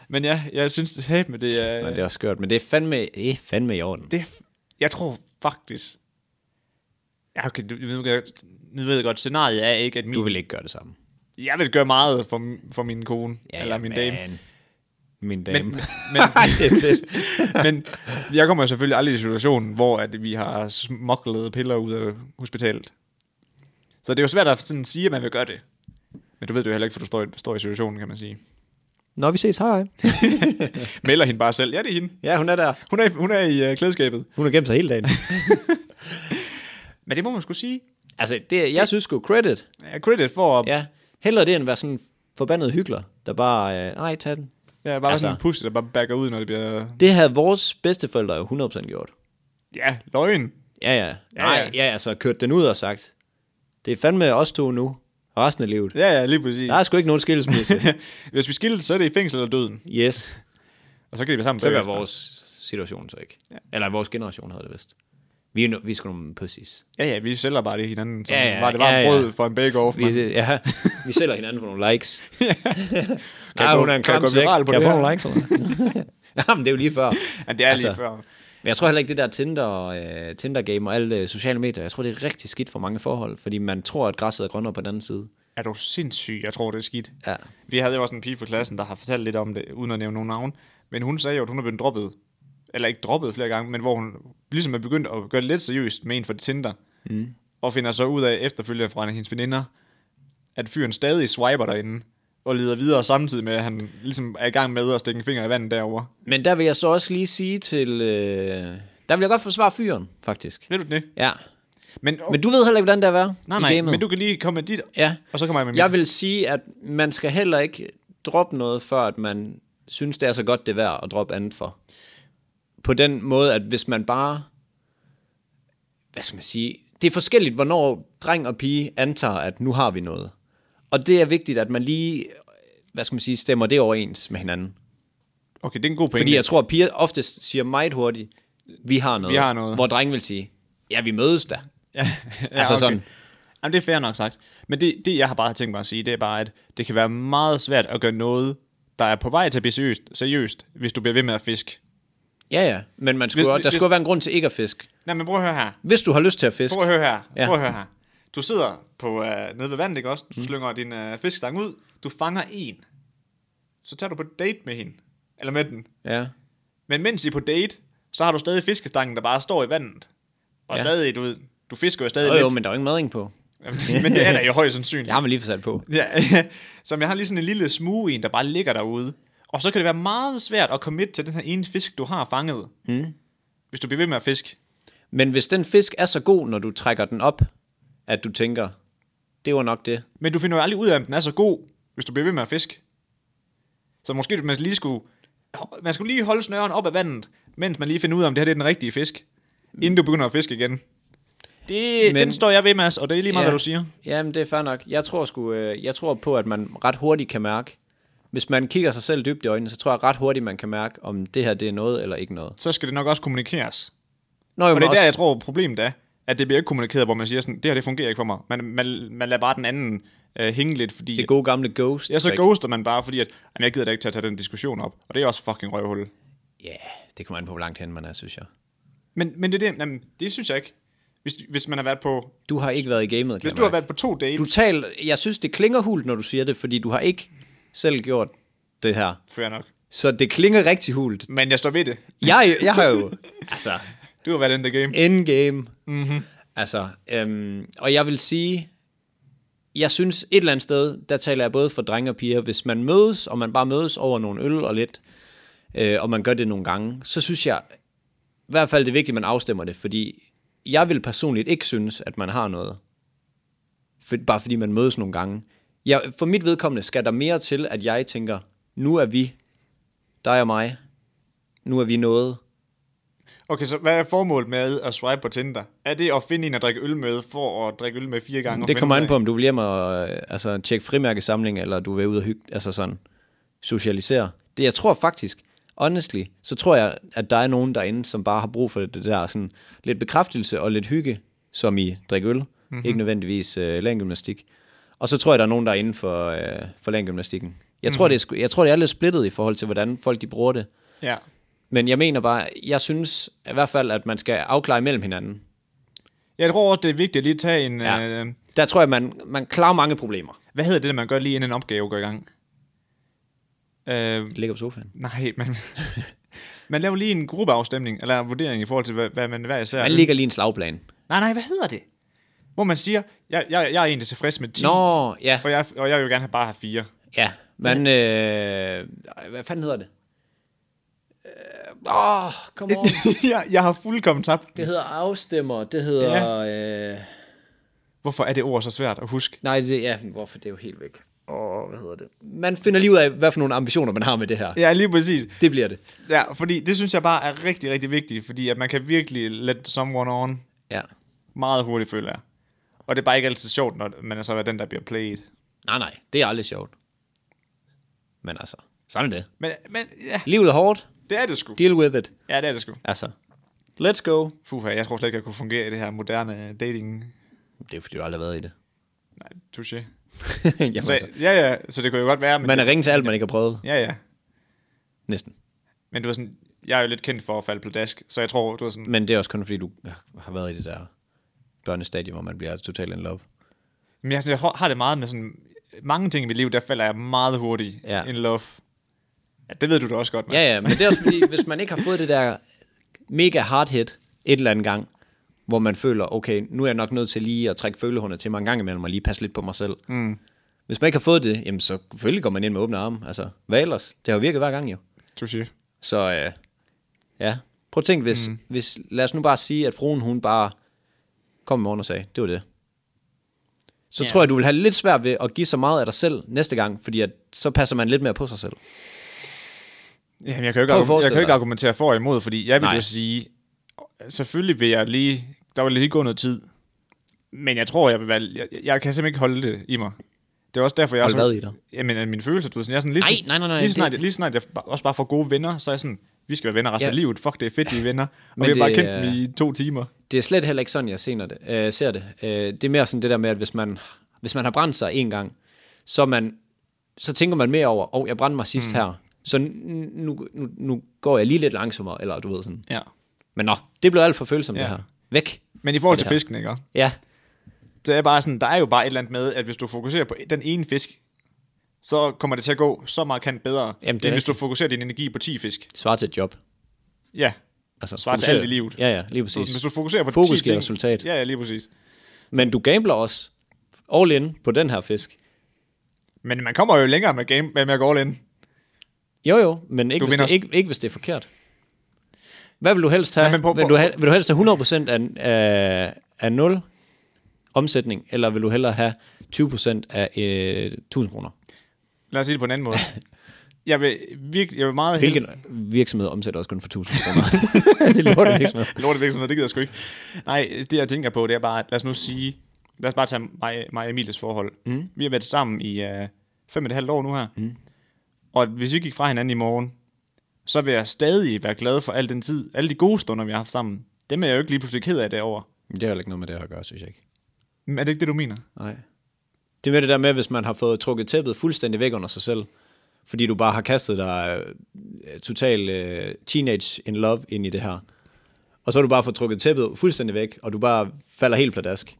Speaker 2: Men ja, jeg synes det er med det.
Speaker 1: Nej,
Speaker 2: Øh,
Speaker 1: det er også skørt, men det er fandme, det er fandme i orden.
Speaker 2: det er- jeg tror faktisk... Ja, okay, du, du, ved, godt- nu ved jeg godt, scenariet er ikke, at min,
Speaker 1: Du vil ikke gøre det samme.
Speaker 2: jeg vil gøre meget for, for min kone, ja, eller min
Speaker 1: men-
Speaker 2: dame.
Speaker 1: Min dame.
Speaker 2: Men,
Speaker 1: Men,
Speaker 2: men,
Speaker 1: det er fedt.
Speaker 2: men jeg kommer selvfølgelig aldrig i situationen, hvor at vi har smoklet piller ud af hospitalet. Så det er jo svært at sådan sige, at man vil gøre det. Men du ved det jo heller ikke, for du står i, står i situationen, kan man sige.
Speaker 1: Nå, vi ses, hej.
Speaker 2: Melder hende bare selv. Ja, det er hende.
Speaker 1: Ja, hun er der.
Speaker 2: Hun er, i- hun er i uh, klædeskabet.
Speaker 1: Hun har gemt sig hele dagen.
Speaker 2: Men det må man sgu sige.
Speaker 1: altså, det, jeg synes sgu credit.
Speaker 2: Ja, credit for at
Speaker 1: Ja. Hellere det, end at være sådan en forbandet hykler, der bare, øh, nej, tag den.
Speaker 2: ja, bare
Speaker 1: altså-
Speaker 2: altså. sådan en pusse, der bare backer ud, når det bliver...
Speaker 1: Det havde vores bedsteforældre jo 100% gjort.
Speaker 2: Ja, løgn.
Speaker 1: Ja, ja.
Speaker 2: Ja,
Speaker 1: Nej,
Speaker 2: ja.
Speaker 1: ja, ja, så kørt den ud og sagt, det er fandme os to nu, og resten af livet.
Speaker 2: Ja, ja, lige præcis.
Speaker 1: Der er sgu ikke nogen skilsmisse.
Speaker 2: Hvis vi skilles, så er det i fængsel eller døden.
Speaker 1: yes.
Speaker 2: Og så kan de være sammen
Speaker 1: Så var
Speaker 2: bagefter.
Speaker 1: vores situation så ikke. Ja. Eller vores generation havde det vist. Vi er, no, vi er sgu nogle pussies.
Speaker 2: Ja, ja, vi sælger bare det hinanden. Som
Speaker 1: Ja,
Speaker 2: ja,
Speaker 1: ja,
Speaker 2: ja, var det var
Speaker 1: ja,
Speaker 2: ja,
Speaker 1: ja.
Speaker 2: brød for en bake-off.
Speaker 1: Vi,
Speaker 2: mand.
Speaker 1: ja, vi sælger hinanden for nogle likes.
Speaker 2: Kan jeg gå- kan jeg gå
Speaker 1: klamsæk.
Speaker 2: viral på
Speaker 1: kan
Speaker 2: det
Speaker 1: jeg få
Speaker 2: her?
Speaker 1: nogle likes? Eller? hvad? Jamen, det er jo lige før.
Speaker 2: Ja, det er
Speaker 1: Altså,
Speaker 2: altså, lige før.
Speaker 1: Men jeg tror heller ikke, det der Tinder, uh, Tinder-game og alle uh, sociale medier, jeg tror, det er rigtig skidt for mange forhold, fordi man tror, at græsset er grønnere på den anden side.
Speaker 2: Er du sindssyg? Jeg tror, det er skidt.
Speaker 1: Ja.
Speaker 2: Vi havde jo også en pige fra klassen, der har fortalt lidt om det, uden at nævne nogen navn. Men hun sagde jo, at hun er blevet droppet. Eller ikke droppet flere gange, men hvor hun ligesom er begyndt at gøre det lidt seriøst med en fra Tinder. Mm. Og finder så ud af efterfølgende fra en af hendes veninder, at fyren stadig swiper derinde og leder videre samtidig med, at han ligesom er i gang med at stikke en finger i vandet derovre.
Speaker 1: Men der vil jeg så også lige sige til... Uh, der vil jeg godt forsvare fyren, faktisk.
Speaker 2: Ved du det?
Speaker 1: Ja.
Speaker 2: Men,
Speaker 1: Men du ved heller ikke, hvordan det er at være
Speaker 2: nej,
Speaker 1: i
Speaker 2: nej,
Speaker 1: gamet.
Speaker 2: men du kan lige komme med dit,
Speaker 1: Ja.
Speaker 2: og så kommer jeg med mit.
Speaker 1: Jeg vil sige, at man skal heller ikke droppe noget, før at man synes, det er så godt, det er værd at droppe andet for. På den måde, at hvis man bare... Hvad skal man sige? Det er forskelligt, hvornår dreng og pige antager, at nu har vi noget. Og det er vigtigt, at man lige hvad skal man sige, stemmer det overens med hinanden.
Speaker 2: Okay, det er en god pointe.
Speaker 1: Fordi jeg tror, at piger oftest siger meget hurtigt, vi har noget.
Speaker 2: Vi har noget.
Speaker 1: Hvor drengen vil sige, ja, vi mødes da.
Speaker 2: ja,
Speaker 1: Altså sådan.
Speaker 2: Jamen, det er fair nok sagt. Men det, det, jeg har bare tænkt mig at sige, det er bare, at det kan være meget svært at gøre noget, der er på vej til at blive seriøst, seriøst hvis du bliver ved med at fiske.
Speaker 1: Ja, ja. Men man skulle,
Speaker 2: Hvis-
Speaker 1: også- der
Speaker 2: hvis-
Speaker 1: skulle være en grund til ikke at fiske.
Speaker 2: Nej, men prøv at høre her.
Speaker 1: Hvis du har lyst til at fiske,
Speaker 2: Prøv at høre her.
Speaker 1: Ja.
Speaker 2: Prøv at høre her. Du sidder på, øh, nede ved vandet, ikke også? Du mm. slynger din øh, fiskestang ud. Du fanger en. Så tager du på date med hende. Eller med den.
Speaker 1: Ja.
Speaker 2: Men mens I er på date, så har du stadig fiskestangen, der bare står i vandet. Og
Speaker 1: Ja.
Speaker 2: ja. stadig, du ved, du fisker jo stadig
Speaker 1: Jo,
Speaker 2: lidt.
Speaker 1: jo, men der er jo ingen madring på.
Speaker 2: Jamen, men det er der jo højst sandsynligt.
Speaker 1: Det har man lige sat på.
Speaker 2: Ja, som jeg har lige sådan en lille smue en, der bare ligger derude. Og så kan det være meget svært at komme til den her ene fisk, du har fanget. Mm. Hvis du bliver ved med at fiske.
Speaker 1: Men hvis den fisk er så god, når du trækker den op, at du tænker, det var nok det.
Speaker 2: Men du finder jo aldrig ud af, om den er så god, hvis du bliver ved med at fiske. Så måske man lige skulle, man skulle lige holde snøren op af vandet, mens man lige finder ud af, om det her det er den rigtige fisk, inden du begynder at fiske igen. Det,
Speaker 1: Men-
Speaker 2: Mm. Men, den står jeg ved, Mads, og det er lige meget,
Speaker 1: Ja.
Speaker 2: ja. hvad du siger.
Speaker 1: Jamen, det er fair nok. Jeg tror, sgu, øh, jeg tror på, at man ret hurtigt kan mærke, hvis man kigger sig selv dybt i øjnene, så tror jeg ret hurtigt, man kan mærke, om det her det er noget eller ikke noget.
Speaker 2: Så skal det nok også kommunikeres.
Speaker 1: Nå, jo,
Speaker 2: Og
Speaker 1: men
Speaker 2: det er
Speaker 1: også,
Speaker 2: der, jeg tror, problemet er, at det bliver ikke kommunikeret, hvor man siger sådan, det her det fungerer ikke for mig. Man, man, man lader bare den anden øh, hænge lidt, fordi...
Speaker 1: det gode gamle ghost.
Speaker 2: ja, så ghoster man bare, fordi at, jamen, jeg gider da ikke til at tage den diskussion op. Og det er også fucking røvhul.
Speaker 1: Ja, det kommer an på, hvor langt hen man er, synes jeg.
Speaker 2: Men, men det, er det, jamen, det synes jeg ikke. Hvis, hvis man har været på...
Speaker 1: Du har ikke været i gamet, kan
Speaker 2: Hvis
Speaker 1: jeg
Speaker 2: du har
Speaker 1: mærke.
Speaker 2: været på to dates...
Speaker 1: du tal, jeg synes, det klinger hult, når du siger det, fordi du har ikke selv gjort det her.
Speaker 2: Fair nok.
Speaker 1: Så det klinger rigtig hult.
Speaker 2: Men jeg står ved det.
Speaker 1: Jeg, jeg har jo... altså,
Speaker 2: Du har været in the game.
Speaker 1: endgame. Mm-hmm. Altså, øhm, og jeg vil sige, jeg synes et eller andet sted, der taler jeg både for drenge og piger, hvis man mødes, og man bare mødes over nogle øl og lidt, øh, og man gør det nogle gange, så synes jeg i hvert fald, det er vigtigt, at man afstemmer det, fordi jeg vil personligt ikke synes, at man har noget, for, bare fordi man mødes nogle gange. Jeg, for mit vedkommende skal der mere til, at jeg tænker, nu er vi, dig og mig, nu er vi noget,
Speaker 2: Okay, så hvad er formålet med at swipe på Tinder? Er det at finde en at drikke øl med, for at drikke øl med fire gange? og
Speaker 1: Det
Speaker 2: finde
Speaker 1: kommer
Speaker 2: ud
Speaker 1: an
Speaker 2: af-
Speaker 1: på, om du vil hjem og øh, altså, tjekke frimærkesamling, eller du vil ud og hygge, altså sådan, socialisere. Det, jeg tror faktisk, honestly, så tror jeg, at der er nogen derinde, som bare har brug for det der sådan, lidt bekræftelse og lidt hygge, som i drikke øl,
Speaker 2: Mhm.
Speaker 1: mm-hmm. ikke nødvendigvis øh, langgymnastik. Og så tror jeg, der er nogen, der er inden for, øh, for langgymnastikken. Jeg,
Speaker 2: Mhm.
Speaker 1: tror, mm-hmm. det er, sgu- jeg tror, det er lidt splittet i forhold til, hvordan folk de bruger det.
Speaker 2: Ja.
Speaker 1: Men jeg mener bare, jeg synes i hvert fald, at man skal afklare mellem hinanden.
Speaker 2: Jeg tror også, det er vigtigt at lige tage en...
Speaker 1: Ja.
Speaker 2: Ja. Øh,
Speaker 1: Der tror jeg, man, man klarer mange problemer.
Speaker 2: hvad hedder det, der man gør lige inden en opgave går i gang? Øh,
Speaker 1: Ligger på sofaen.
Speaker 2: nej, man... man laver lige en gruppeafstemning, eller en vurdering i forhold til, hvad, hvad man hver især...
Speaker 1: Man ligger lige en slagplan.
Speaker 2: Nej, nej, hvad hedder det? Hvor man siger, jeg, jeg, jeg er egentlig tilfreds med 10,
Speaker 1: Nå, ja.
Speaker 2: og, jeg, og jeg vil gerne have bare have 4.
Speaker 1: Ja, man... Øh, ej, hvad fanden hedder det? Øh, Åh, øh, kom on.
Speaker 2: jeg, jeg har fuldkommen tabt.
Speaker 1: Det hedder afstemmer, det hedder... Ja. Øh,
Speaker 2: Hvorfor er det ord så svært at huske?
Speaker 1: nej, det, ja, hvorfor det er jo helt væk. Åh, hvad hedder det? Man finder lige ud af, hvad for nogle ambitioner man har med det her.
Speaker 2: Ja, lige præcis.
Speaker 1: Det bliver det.
Speaker 2: Ja, fordi det synes jeg bare er rigtig, rigtig vigtigt, fordi at man kan virkelig let someone on
Speaker 1: Ja.
Speaker 2: meget hurtigt, føler jeg. Og det er bare ikke altid sjovt, når man er så er den, der bliver played.
Speaker 1: Nej, nej, det er aldrig sjovt. Men altså, sådan er det.
Speaker 2: Men, men ja,
Speaker 1: Livet er hårdt.
Speaker 2: det er det sgu.
Speaker 1: Deal with it.
Speaker 2: Ja, det er det sgu.
Speaker 1: Altså, let's go.
Speaker 2: Fuha, jeg tror slet ikke, jeg kunne fungere i det her moderne øh, dating.
Speaker 1: Det er fordi, du aldrig har været i det.
Speaker 2: Nej, touché.
Speaker 1: Jamen,
Speaker 2: Så,
Speaker 1: altså,
Speaker 2: ja, ja, så det kunne jo godt være, men...
Speaker 1: man er ringe til alt, man ikke har prøvet.
Speaker 2: Ja, ja.
Speaker 1: Næsten.
Speaker 2: Men du er sådan, jeg er jo lidt kendt for at falde på dask, så jeg tror, du er sådan...
Speaker 1: Men det er også kun fordi, du har været i det der børnestadie, hvor man bliver totalt in love.
Speaker 2: Men jeg, sådan, jeg har har det meget med sådan... Mange ting i mit liv, der falder jeg meget hurtigt
Speaker 1: Ja.
Speaker 2: in love. Ja, det ved du da også godt, man.
Speaker 1: Ja, ja, men det er også fordi, hvis man ikke har fået det der mega hard hit et eller andet gang, hvor man føler, okay, nu er jeg nok nødt til lige at trække følehornet til mig en gang imellem, og lige passe lidt på mig selv. Mm. Hvis man ikke har fået det, jamen så selvfølgelig går man ind med åbne arme. Altså, hvad ellers? Det har jo virket hver gang jo.
Speaker 2: Touché.
Speaker 1: Så øh, ja, prøv at tænke, hvis, mm. hvis, lad os nu bare sige, at fruen hun bare kom i morgen og sagde, det var det. Så
Speaker 2: Ja.
Speaker 1: tror jeg, du vil have lidt svært ved at give så meget af dig selv næste gang, fordi at, så passer man lidt mere på sig selv.
Speaker 2: Jamen, jeg kan jo
Speaker 1: Prøv
Speaker 2: ikke,
Speaker 1: at
Speaker 2: argum- jeg
Speaker 1: forestille
Speaker 2: kan jo ikke
Speaker 1: dig.
Speaker 2: argumentere for og imod, fordi jeg vil
Speaker 1: Nej.
Speaker 2: jo sige, selvfølgelig vil jeg lige, der vil lige gå noget tid, men jeg tror, jeg vil være, jeg, jeg kan simpelthen ikke holde det i mig. Det er også derfor, jeg
Speaker 1: Hold
Speaker 2: er sådan,
Speaker 1: hvad i dig?
Speaker 2: Jamen, at mine følelser, du ved, sådan, jeg er sådan lige,
Speaker 1: Nej,
Speaker 2: sådan-
Speaker 1: nej, nej, nej,
Speaker 2: lige,
Speaker 1: det-
Speaker 2: snart, lige snart, jeg ba- også bare får gode venner, så er jeg sådan, vi skal være venner resten
Speaker 1: Ja.
Speaker 2: af livet, fuck, det er fedt, vi er venner, og
Speaker 1: Men
Speaker 2: vi har bare
Speaker 1: det
Speaker 2: kendt
Speaker 1: er-
Speaker 2: dem i to timer.
Speaker 1: Det er slet heller ikke sådan, jeg ser det. Øh, ser det. Øh, det er mere sådan det der med, at hvis man, hvis man har brændt sig en gang, så, er man, så tænker man mere over, åh, oh, jeg brændte mig sidst mm. her, så nu, nu, nu, nu går jeg lige lidt langsommere, eller du ved sådan.
Speaker 2: Ja.
Speaker 1: Men nå, det blev alt for følsomt, ja.
Speaker 2: Ja.
Speaker 1: det her. Væk.
Speaker 2: Men i forhold til
Speaker 1: her.
Speaker 2: fisken, ikke?
Speaker 1: Ja,
Speaker 2: Det er bare sådan, der er jo bare et eller andet med, at hvis du fokuserer på den ene fisk, så kommer det til at gå så markant bedre,
Speaker 1: Jamen, det er
Speaker 2: end hvis du fokuserer din energi på 10 fisk.
Speaker 1: svar til et job.
Speaker 2: Ja,
Speaker 1: Altså,
Speaker 2: Svar til
Speaker 1: fokusere-
Speaker 2: alt i livet.
Speaker 1: Ja, ja, lige
Speaker 2: Præcis. Hvis
Speaker 1: præcis.
Speaker 2: du fokuserer på
Speaker 1: Fokus
Speaker 2: 10
Speaker 1: giver
Speaker 2: ting-
Speaker 1: resultat.
Speaker 2: Ja, ja, lige præcis.
Speaker 1: Men du gambler også all in på den her fisk.
Speaker 2: Men man kommer jo længere med, game, med at gå all in.
Speaker 1: Jo jo, men ikke,
Speaker 2: Du
Speaker 1: hvis det,
Speaker 2: vinder-
Speaker 1: ikke, ikke hvis det er forkert. Hvad vil du helst have?
Speaker 2: Ja,
Speaker 1: Ja,
Speaker 2: men prøv-
Speaker 1: vil,
Speaker 2: prøv-
Speaker 1: du have vil du helst have 100% af, af, af 0 omsætning, eller vil du hellere have 20% af øh, 1000 kroner?
Speaker 2: Lad os sige det på en anden måde. Jeg vil, virkelig, jeg vil meget...
Speaker 1: Hvilken virksomhed omsætter også kun for 1000 kroner? det er lort virksomhed.
Speaker 2: Lorte virksomhed, det gider jeg sgu ikke. Nej, det jeg tænker på, det er bare, lad os nu sige, lad os bare tage mig, mig og Emilies forhold. Mm. Vi har været sammen i øh, fem og et halvt år nu her. Mm. Og hvis vi gik fra hinanden i morgen, så vil jeg stadig være glad for al den tid, alle de gode stunder, vi har haft sammen. Dem er jeg jo ikke lige pludselig ked af derovre.
Speaker 1: Men Det har heller ikke noget med det her at gøre, synes jeg ikke.
Speaker 2: Men er det ikke det, du mener?
Speaker 1: Nej. Det er med det der med, hvis man har fået trukket tæppet fuldstændig væk under sig selv, fordi du bare har kastet dig øh, total øh, teenage in love ind i det her. Og så har du bare fået trukket tæppet fuldstændig væk, og du bare falder helt pladask.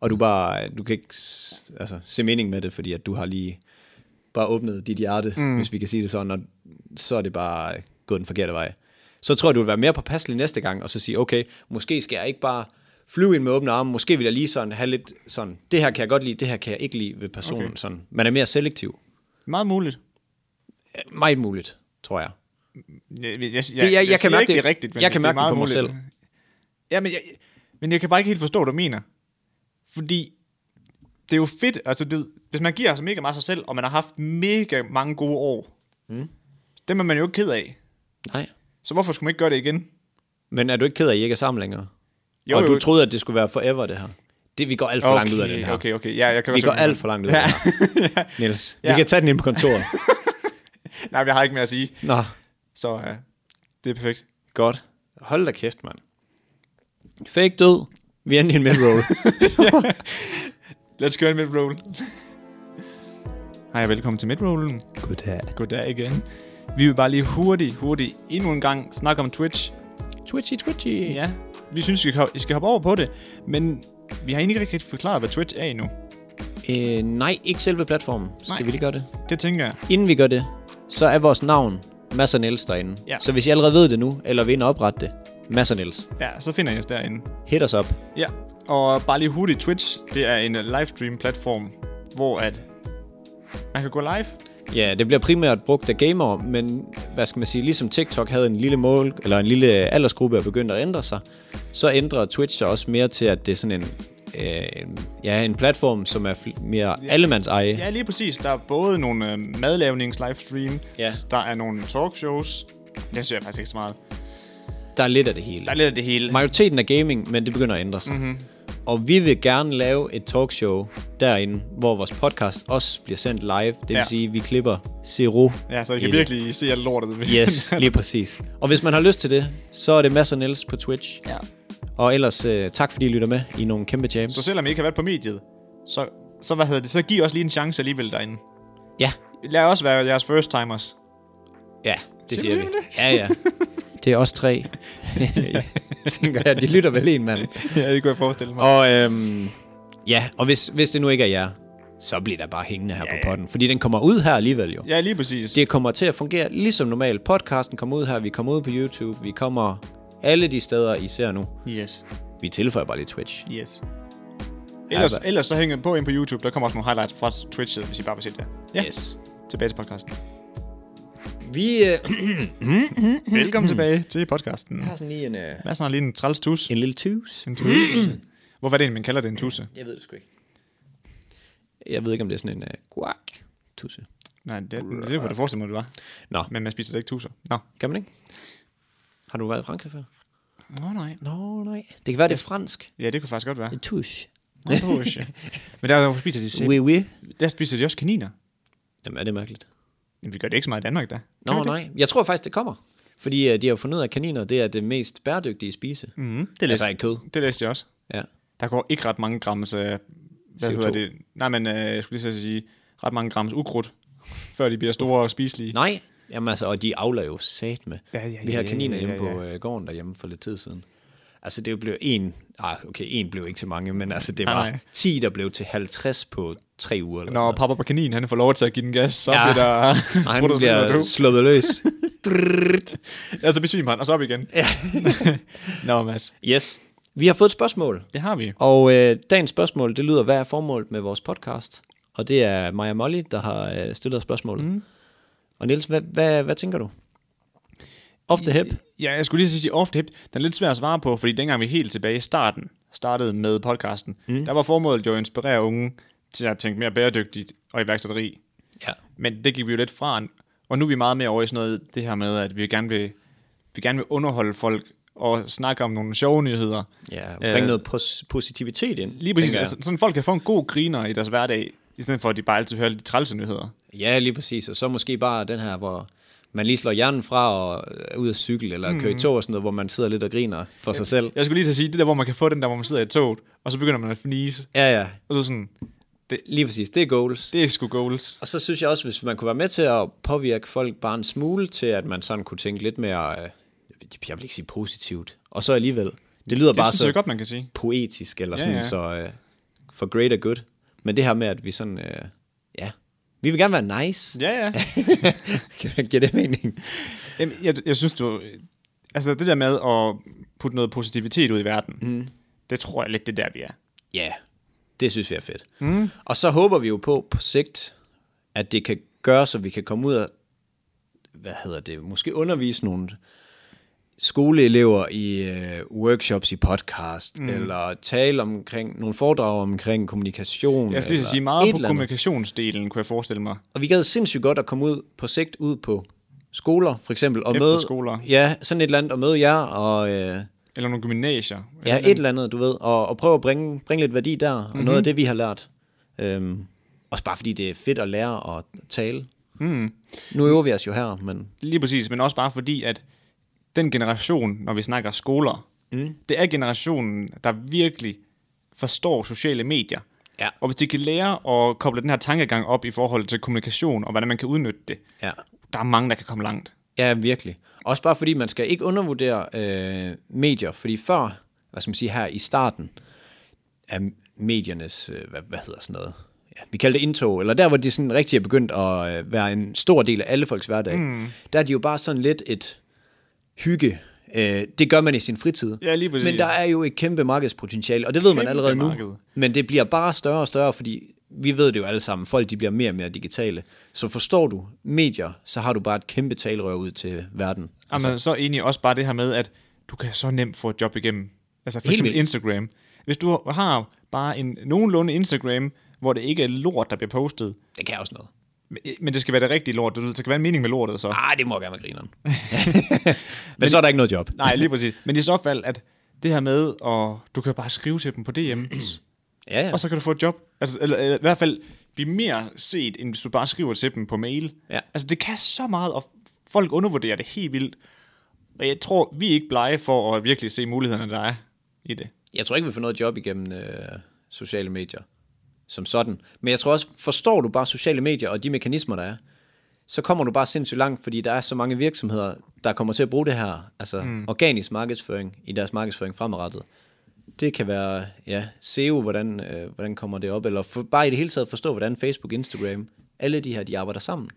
Speaker 1: Og du bare, øh, du kan ikke s- altså, se mening med det, fordi at du har lige bare åbnet dit hjerte, mm. hvis vi kan sige det sådan, og så er det bare øh, gået den forkerte vej. Så tror jeg, du vil være mere påpasselig næste gang, og så sige, okay, måske skal jeg ikke bare flyve ind med åbne arme, måske vil jeg lige sådan have lidt sådan, det her kan jeg godt lide, det her kan jeg ikke lide ved personen. Okay. Sådan. Man er mere selektiv.
Speaker 2: Meget muligt.
Speaker 1: Øh, Meget muligt, tror jeg.
Speaker 2: Jeg, jeg, jeg, det,
Speaker 1: jeg kan
Speaker 2: siger
Speaker 1: mærke
Speaker 2: ikke,
Speaker 1: det-
Speaker 2: er rigtigt, men
Speaker 1: jeg kan
Speaker 2: det er
Speaker 1: mærke det
Speaker 2: meget
Speaker 1: på mig
Speaker 2: muligt. Ja, men jeg, men jeg kan bare ikke helt forstå, hvad du mener. Fordi det er jo fedt, altså det, hvis man giver sig mega meget af sig selv, og man har haft mega mange gode år, mm. dem er man jo ikke ked af.
Speaker 1: Nej.
Speaker 2: Så hvorfor skulle man ikke gøre det igen?
Speaker 1: Men er du ikke ked af, at I ikke er sammen længere?
Speaker 2: Jo,
Speaker 1: Jo, og
Speaker 2: jo.
Speaker 1: du troede, at det skulle være forever, det her. Det, vi går alt for okay, langt ud af den her.
Speaker 2: Okay, okay. Ja, jeg kan
Speaker 1: Vi
Speaker 2: godt se,
Speaker 1: går
Speaker 2: hvad du
Speaker 1: alt for langt ud af
Speaker 2: Ja.
Speaker 1: det her. Niels, vi
Speaker 2: Ja.
Speaker 1: kan tage den ind på kontoret.
Speaker 2: mener. Nej, men jeg har ikke mere at sige.
Speaker 1: Nå,
Speaker 2: Så uh, det er perfekt.
Speaker 1: godt. Hold da kæft, mand. Fake død. Vi er i en midroll.
Speaker 2: Let's go en midroll. Hej og velkommen til midrollen.
Speaker 1: Goddag.
Speaker 2: Goddag igen. Vi vil bare lige hurtigt, hurtigt endnu en gang snakke om Twitch.
Speaker 1: Twitchy, twitchy.
Speaker 2: Ja, vi synes, I skal hop- I skal hoppe over på det, men vi har egentlig ikke rigtig forklaret, hvad Twitch er endnu.
Speaker 1: Øh, nej, ikke selve platformen. Skal
Speaker 2: Nej.
Speaker 1: vi lige gøre det?
Speaker 2: Det tænker jeg.
Speaker 1: Inden vi gør det, så er vores navn Mads og Niels derinde.
Speaker 2: Ja.
Speaker 1: Så hvis I allerede ved det nu, eller vil ind og oprette det, Mads og Niels,
Speaker 2: Ja, så finder jeg os derinde.
Speaker 1: hit os op.
Speaker 2: Ja, og bare lige hurtigt, Twitch, det er en øh, livestream-platform, hvor at man kan gå live.
Speaker 1: Ja, det bliver primært brugt af gamere, men hvad skal man sige, ligesom TikTok havde en lille mål, eller en lille aldersgruppe og begyndte at ændre sig, så ændrer Twitch sig også mere til, at det er sådan en, øh, en- ja, en platform, som er fl- mere allemands eje.
Speaker 2: Ja, lige præcis. Der er både nogle øh, madlavnings-livestream,
Speaker 1: Ja.
Speaker 2: der er nogle talkshows. Den ser jeg faktisk ikke så meget.
Speaker 1: Der er lidt af det hele.
Speaker 2: Der er lidt af det Mhm. hele.
Speaker 1: Majoriteten er gaming, men det begynder at ændre sig. Mm-hmm. Og vi vil gerne lave et talkshow derinde, hvor vores podcast også bliver sendt live. Det vil
Speaker 2: Ja.
Speaker 1: ja. sige, at vi klipper zero.
Speaker 2: Ja, så I kan
Speaker 1: Hele.
Speaker 2: virkelig se alt lortet.
Speaker 1: Yes, lige præcis. Og hvis man har lyst til det, så er det Mads og Niels på Twitch.
Speaker 2: ja.
Speaker 1: Og ellers øh, tak, fordi I lytter med i nogle kæmpe jams.
Speaker 2: Så selvom I ikke har været på mediet, så, så, hvad hedder det, så giv os lige en chance alligevel derinde.
Speaker 1: Ja,
Speaker 2: Lad os være jeres first timers.
Speaker 1: ja, det
Speaker 2: Siger
Speaker 1: siger
Speaker 2: du
Speaker 1: vi. Ja, ja. Det er os tre. Tænker jeg, de lytter vel en, mand.
Speaker 2: ja, det kunne jeg forestille mig.
Speaker 1: Og øhm, ja, og hvis, hvis det nu ikke er jer, så bliver der bare hængende her
Speaker 2: Ja,
Speaker 1: ja,
Speaker 2: ja.
Speaker 1: på potten. Fordi den kommer ud her alligevel jo.
Speaker 2: Ja, lige præcis.
Speaker 1: Det kommer til at fungere ligesom normalt. Podcasten kommer ud her, vi kommer ud på YouTube, vi kommer alle de steder, I ser nu.
Speaker 2: Yes.
Speaker 1: Vi tilføjer bare lidt Twitch.
Speaker 2: Yes. Altså- Ellers,
Speaker 1: Ej, hva-
Speaker 2: ellers så hænger den på ind på YouTube. Der kommer også nogle highlights fra Twitch, hvis I bare vil se det. Ja, yes.
Speaker 1: Yes.
Speaker 2: tilbage til podcasten.
Speaker 1: Vi øh,
Speaker 2: Velkommen tilbage til podcasten.
Speaker 1: har sådan lige en, øh,
Speaker 2: Hvad sådan lige en træls tus?
Speaker 1: en lille tus.
Speaker 2: En tusse. Hvorfor er det egentlig, man kalder det en tusse?
Speaker 1: Jeg ved det sgu ikke. Jeg ved ikke, om det er sådan en øh, guak tusse.
Speaker 2: Nej, det, er- det var det forestille mig, det var.
Speaker 1: Nå,
Speaker 2: Men man spiser da ikke tusser. Nå.
Speaker 1: kan man ikke? Har du været i Frankrig før?
Speaker 2: Nå, nej.
Speaker 1: Nå, nej. Det kan være, det er fransk.
Speaker 2: Ja, det kunne faktisk godt være.
Speaker 1: En tusch.
Speaker 2: En tusse. Men der spiser de sæbe.
Speaker 1: Oui, oui.
Speaker 2: Der spiser de også kaniner.
Speaker 1: Jamen, er det mærkeligt?
Speaker 2: Men vi gør det ikke så meget i Danmark, da. Gør vi
Speaker 1: Nå,
Speaker 2: det?
Speaker 1: nej. Jeg tror faktisk, det kommer. Fordi øh, de har jo fundet ud af, at kaniner det er det mest bæredygtige spise. Mm.
Speaker 2: Mm, det, læste,
Speaker 1: Altså af kød.
Speaker 2: det læste jeg også.
Speaker 1: Ja.
Speaker 2: Der går ikke ret mange grams... Øh, hvad
Speaker 1: CO2.
Speaker 2: hedder det? Nej, men øh, jeg skulle lige så sige, ret mange grams ukrudt, før de bliver store og spiselige.
Speaker 1: Nej, jamen altså, og de avler jo sat med.
Speaker 2: Ja, ja,
Speaker 1: Vi
Speaker 2: ja,
Speaker 1: har
Speaker 2: ja,
Speaker 1: kaniner
Speaker 2: ja, ja,
Speaker 1: hjemme
Speaker 2: ja.
Speaker 1: på øh, gården derhjemme for lidt tid siden. Altså, det blev en... Ah, okay, en blev ikke så mange, men altså, det
Speaker 2: Nej,
Speaker 1: var
Speaker 2: nej.
Speaker 1: 10, der blev til 50 på tre uger. Eller
Speaker 2: Når Papa på kanin, han får lov til at give den gas, så
Speaker 1: Ja.
Speaker 2: ja. bliver der...
Speaker 1: Nej, han
Speaker 2: produceret
Speaker 1: bliver
Speaker 2: død.
Speaker 1: sluppet løs.
Speaker 2: Ja, så besvimer han, og så op igen. Ja. Nå, Mads.
Speaker 1: yes. Vi har fået et spørgsmål,
Speaker 2: Det har vi.
Speaker 1: og øh, dagens spørgsmål, det lyder, hvad er formålet med vores podcast? Og det er Maja Molly, der har øh, stillet spørgsmålet. Mm. Og Niels, hvad, hvad, hvad tænker du? Off the hip?
Speaker 2: Ja, jeg skulle lige sige off the hip. Den er lidt svær at svare på, fordi dengang vi helt tilbage i starten startede med podcasten, mm. der var formålet jo at inspirere unge til at tænke mere bæredygtigt og iværksætteri.
Speaker 1: Ja.
Speaker 2: Men det gik vi jo lidt fra, og nu er vi meget mere over i sådan noget, det her med, at vi gerne vil, vi gerne vil underholde folk og snakke om nogle sjove nyheder.
Speaker 1: Ja, bring
Speaker 2: Øh,
Speaker 1: øh, noget pos- positivitet ind.
Speaker 2: Lige præcis,
Speaker 1: tænker jeg.
Speaker 2: altså, sådan folk kan få en god griner i deres hverdag, i stedet for at de bare altid hører de trælse nyheder.
Speaker 1: Ja, lige præcis. Og så måske bare den her, hvor man lige slår hjernen fra og er ude at cykle eller mm. køre i tog og sådan noget, hvor man sidder lidt og griner for sig selv.
Speaker 2: Jeg skulle lige til at sige, det der, hvor man kan få den der, hvor man sidder i toget, og så begynder man at fnise,
Speaker 1: Ja, ja.
Speaker 2: og så er sådan,
Speaker 1: Lige præcis. Det er goals.
Speaker 2: det er sgu goals.
Speaker 1: Og så synes jeg også, hvis man kunne være med til at påvirke folk bare en smule til, at man sådan kunne tænke lidt mere, øh, jeg vil ikke sige positivt, og så alligevel. Det lyder
Speaker 2: Det
Speaker 1: bare
Speaker 2: synes jeg
Speaker 1: så
Speaker 2: godt, man kan sige.
Speaker 1: poetisk eller
Speaker 2: Ja,
Speaker 1: sådan,
Speaker 2: ja.
Speaker 1: så øh, for greater good. Men det her med, at vi sådan, øh, ja, vi vil gerne være nice.
Speaker 2: Ja, ja.
Speaker 1: Giver det mening?
Speaker 2: Jamen, jeg, jeg synes, du... Altså, det der med at putte noget positivitet ud i verden, mm. det tror jeg lidt, det er der, vi er.
Speaker 1: Ja, yeah, det synes vi er fedt. Mm. Og så håber vi jo på på sigt, at det kan gøre, så vi kan komme ud og, hvad hedder det, måske undervise nogle skoleelever i øh, workshops i podcast, mm. eller tale omkring nogle foredrag omkring kommunikation.
Speaker 2: Jeg skulle lige til
Speaker 1: eller
Speaker 2: at sige,
Speaker 1: et
Speaker 2: meget på
Speaker 1: eller andet.
Speaker 2: kommunikationsdelen, kunne jeg forestille mig.
Speaker 1: Og vi gad sindssygt godt at komme ud på sigt ud på skoler, for eksempel. Og
Speaker 2: Efterskoler.
Speaker 1: Med, ja, sådan et eller andet, og møde jer, og øh,
Speaker 2: Eller nogle gymnasier.
Speaker 1: ja, et eller andet, du ved. Og, og prøve at bringe, bringe lidt værdi der, og mm-hmm. noget af det, vi har lært. Øhm, også bare fordi det er fedt at lære og tale.
Speaker 2: Mm.
Speaker 1: Nu øver vi os jo her, men
Speaker 2: Altså, Lige præcis, men også bare fordi, at den generation, når vi snakker skoler, mm. det er generationen, der virkelig forstår sociale medier.
Speaker 1: Ja.
Speaker 2: Og hvis de kan lære at koble den her tankegang op i forhold til kommunikation, og hvordan man kan udnytte det,
Speaker 1: ja.
Speaker 2: der er mange, der kan komme langt.
Speaker 1: Ja, virkelig. Også bare fordi, man skal ikke undervurdere øh, medier, fordi før, hvad skal man sige, her i starten af mediernes, øh, hvad, hvad hedder sådan noget, ja, vi kalder det indtog, eller der, hvor de sådan rigtig er begyndt at øh, være en stor del af alle folks hverdag, mm. der er de jo bare sådan lidt et hygge, øh, det gør man i sin fritid.
Speaker 2: Ja, lige præcis.
Speaker 1: Men der er jo et kæmpe markedspotentiale, og det ved man
Speaker 2: Kæmpe
Speaker 1: allerede
Speaker 2: marked.
Speaker 1: nu. Men det bliver bare større og større, fordi vi ved det jo alle sammen, folk de bliver mere og mere digitale. Så forstår du medier, så har du bare et kæmpe talerør ud til verden.
Speaker 2: Altså, Jamen, så egentlig også bare det her med, at du kan så nemt få et job igennem. Altså for
Speaker 1: Helt
Speaker 2: eksempel
Speaker 1: vildt.
Speaker 2: Instagram. Hvis du har bare en nogenlunde Instagram, hvor det ikke er lort, der bliver postet,
Speaker 1: Det kan også noget.
Speaker 2: men- men det skal være det rigtige lort, der skal være en mening med lortet så.
Speaker 1: Ah, det må gerne være grineren. Men, Men så er der ikke noget job.
Speaker 2: Nej, lige præcis. Men i så fald, at det her med, og du kan bare skrive til dem på DM's,
Speaker 1: Ja, ja.
Speaker 2: og så kan du få et job. Altså, eller, eller i hvert fald blive mere set, end hvis du bare skriver til dem på mail.
Speaker 1: Ja.
Speaker 2: Altså, det kan så meget, og folk undervurderer det helt vildt. Og jeg tror, vi er ikke blege for at virkelig se mulighederne, der er i det.
Speaker 1: Jeg tror ikke, vi får noget job igennem øh, sociale medier som sådan. Men jeg tror også, forstår du bare sociale medier og de mekanismer, der er, så kommer du bare sindssygt langt, fordi der er så mange virksomheder, der kommer til at bruge det her, altså mm. organisk markedsføring i deres markedsføring fremadrettet. Det kan være, ja, SEO, hvordan, øh, hvordan kommer det op, eller for, bare i det hele taget forstå, hvordan Facebook, Instagram, alle de her, de arbejder sammen.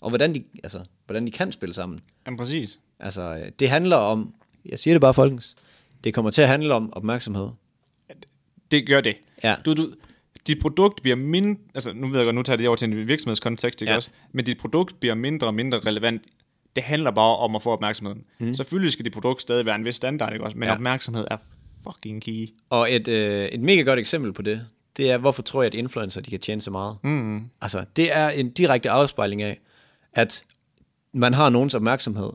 Speaker 1: Og hvordan de, altså, hvordan de kan spille sammen.
Speaker 2: Jamen, præcis.
Speaker 1: Altså, øh, det handler om, jeg siger det bare folkens, det kommer til at handle om opmærksomhed.
Speaker 2: Det gør det.
Speaker 1: Ja.
Speaker 2: Du, du, dit produkt bliver mindre, altså nu ved jeg godt, nu tager jeg det over til en virksomhedskontekst, ikke
Speaker 1: Ja.
Speaker 2: ja. også? Men dit produkt bliver mindre og mindre relevant. Det handler bare om at få opmærksomheden. Mm. Selvfølgelig skal dit produkt stadig være en vis standard, ikke også? Men
Speaker 1: Mhm. Ja.
Speaker 2: ja. opmærksomhed er fucking key.
Speaker 1: Og et, øh, et mega godt eksempel på det, det er, hvorfor tror jeg, at influencer de kan tjene så meget?
Speaker 2: Mm-hmm.
Speaker 1: Mm. Altså, det er en direkte afspejling af, at man har nogens opmærksomhed,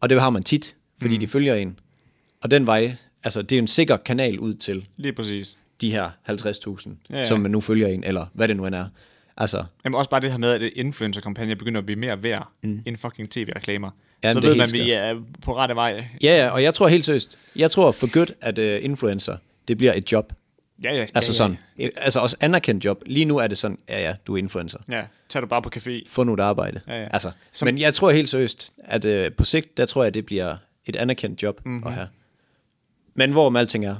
Speaker 1: og det har man tit, fordi mm. de følger en. Og den vej, altså det er jo en sikker kanal ud til
Speaker 2: Lige præcis.
Speaker 1: de her 50.000, ja,
Speaker 2: Ja,
Speaker 1: ja.
Speaker 2: ja.
Speaker 1: som man nu følger en, eller hvad det nu end er. Altså,
Speaker 2: Jamen også bare det her med, at influencer-kampagner begynder at blive mere værd mm. end fucking tv-reklamer.
Speaker 1: Mhm. Ja,
Speaker 2: så
Speaker 1: men det er
Speaker 2: ved man,
Speaker 1: helt
Speaker 2: at vi er på rette vej.
Speaker 1: ja, ja, og jeg tror helt seriøst, jeg tror for godt, at øh, influencer, det bliver et job.
Speaker 2: Ja, ja.
Speaker 1: Altså
Speaker 2: ja,
Speaker 1: sådan, et, altså også anerkendt job. Lige nu er det sådan, ja ja, du er influencer.
Speaker 2: Ja, ja. tag du bare på café.
Speaker 1: få nu et arbejde.
Speaker 2: Ja, ja.
Speaker 1: Altså, Som... Men jeg tror helt seriøst, at øh, på sigt, der tror jeg, det bliver et anerkendt job
Speaker 2: Mhm.
Speaker 1: mm-hmm. at have. Men hvorom alting er,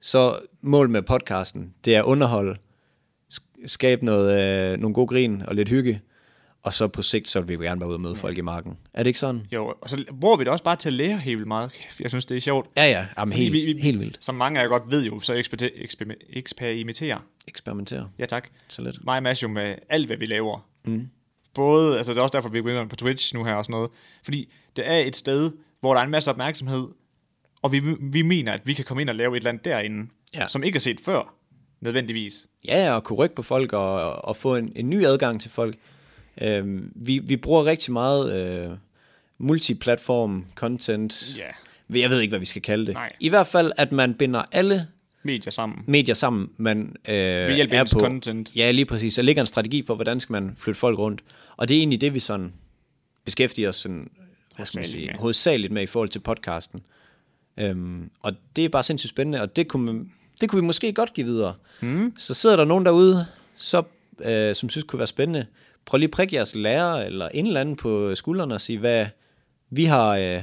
Speaker 1: så mål med podcasten, det er underhold, skabe noget, øh, nogle gode grin og lidt hygge, og så på sigt, så vil vi gerne være ude og møde folk i marken. Er det ikke sådan?
Speaker 2: Jo, og så bruger vi det også bare til at lære helt vildt meget. Kæft, Jeg synes, det er sjovt.
Speaker 1: Ja, ja. Jamen, helt,
Speaker 2: Vi- vi- vi-
Speaker 1: helt vildt.
Speaker 2: Som mange af jer godt ved jo, så eksper- eksper- eksperimenterer.
Speaker 1: Eksperimentere.
Speaker 2: Ja, tak.
Speaker 1: Så lidt.
Speaker 2: Mig og Mads jo med alt, hvad vi laver. Mm. Både, altså det er også derfor, vi begynder på Twitch nu her og sådan noget. Fordi det er et sted, hvor der er en masse opmærksomhed, og vi, vi mener, at vi kan komme ind og lave et eller andet derinde,
Speaker 1: Ja.
Speaker 2: som ikke er set før, nødvendigvis.
Speaker 1: Ja, ja, og kunne rykke på folk og, og få en, en ny adgang til folk. Øhm, vi, vi bruger rigtig meget øh, multiplatform content.
Speaker 2: Ja.
Speaker 1: Jeg ved ikke, hvad vi skal kalde det.
Speaker 2: Nej.
Speaker 1: I hvert fald, at man binder alle
Speaker 2: Medier sammen.
Speaker 1: medier sammen, man øh,
Speaker 2: hjælp af
Speaker 1: er
Speaker 2: ens
Speaker 1: på.
Speaker 2: content.
Speaker 1: Ja, lige præcis. Der ligger en strategi for, hvordan skal man flytte folk rundt. Og det er egentlig det, vi sådan beskæftiger os sådan, hvad skal man
Speaker 2: Hovedsageligt
Speaker 1: sige,
Speaker 2: med.
Speaker 1: hovedsageligt med i forhold til podcasten. Øhm, og det er bare sindssygt spændende, og det kunne, man- det kunne vi måske godt give videre. Mm. Så sidder der nogen derude, så, øh, som synes kunne være spændende, prøv lige at prikke jeres lærer eller en eller anden på skuldrene og sige, hvad vi har... Øh,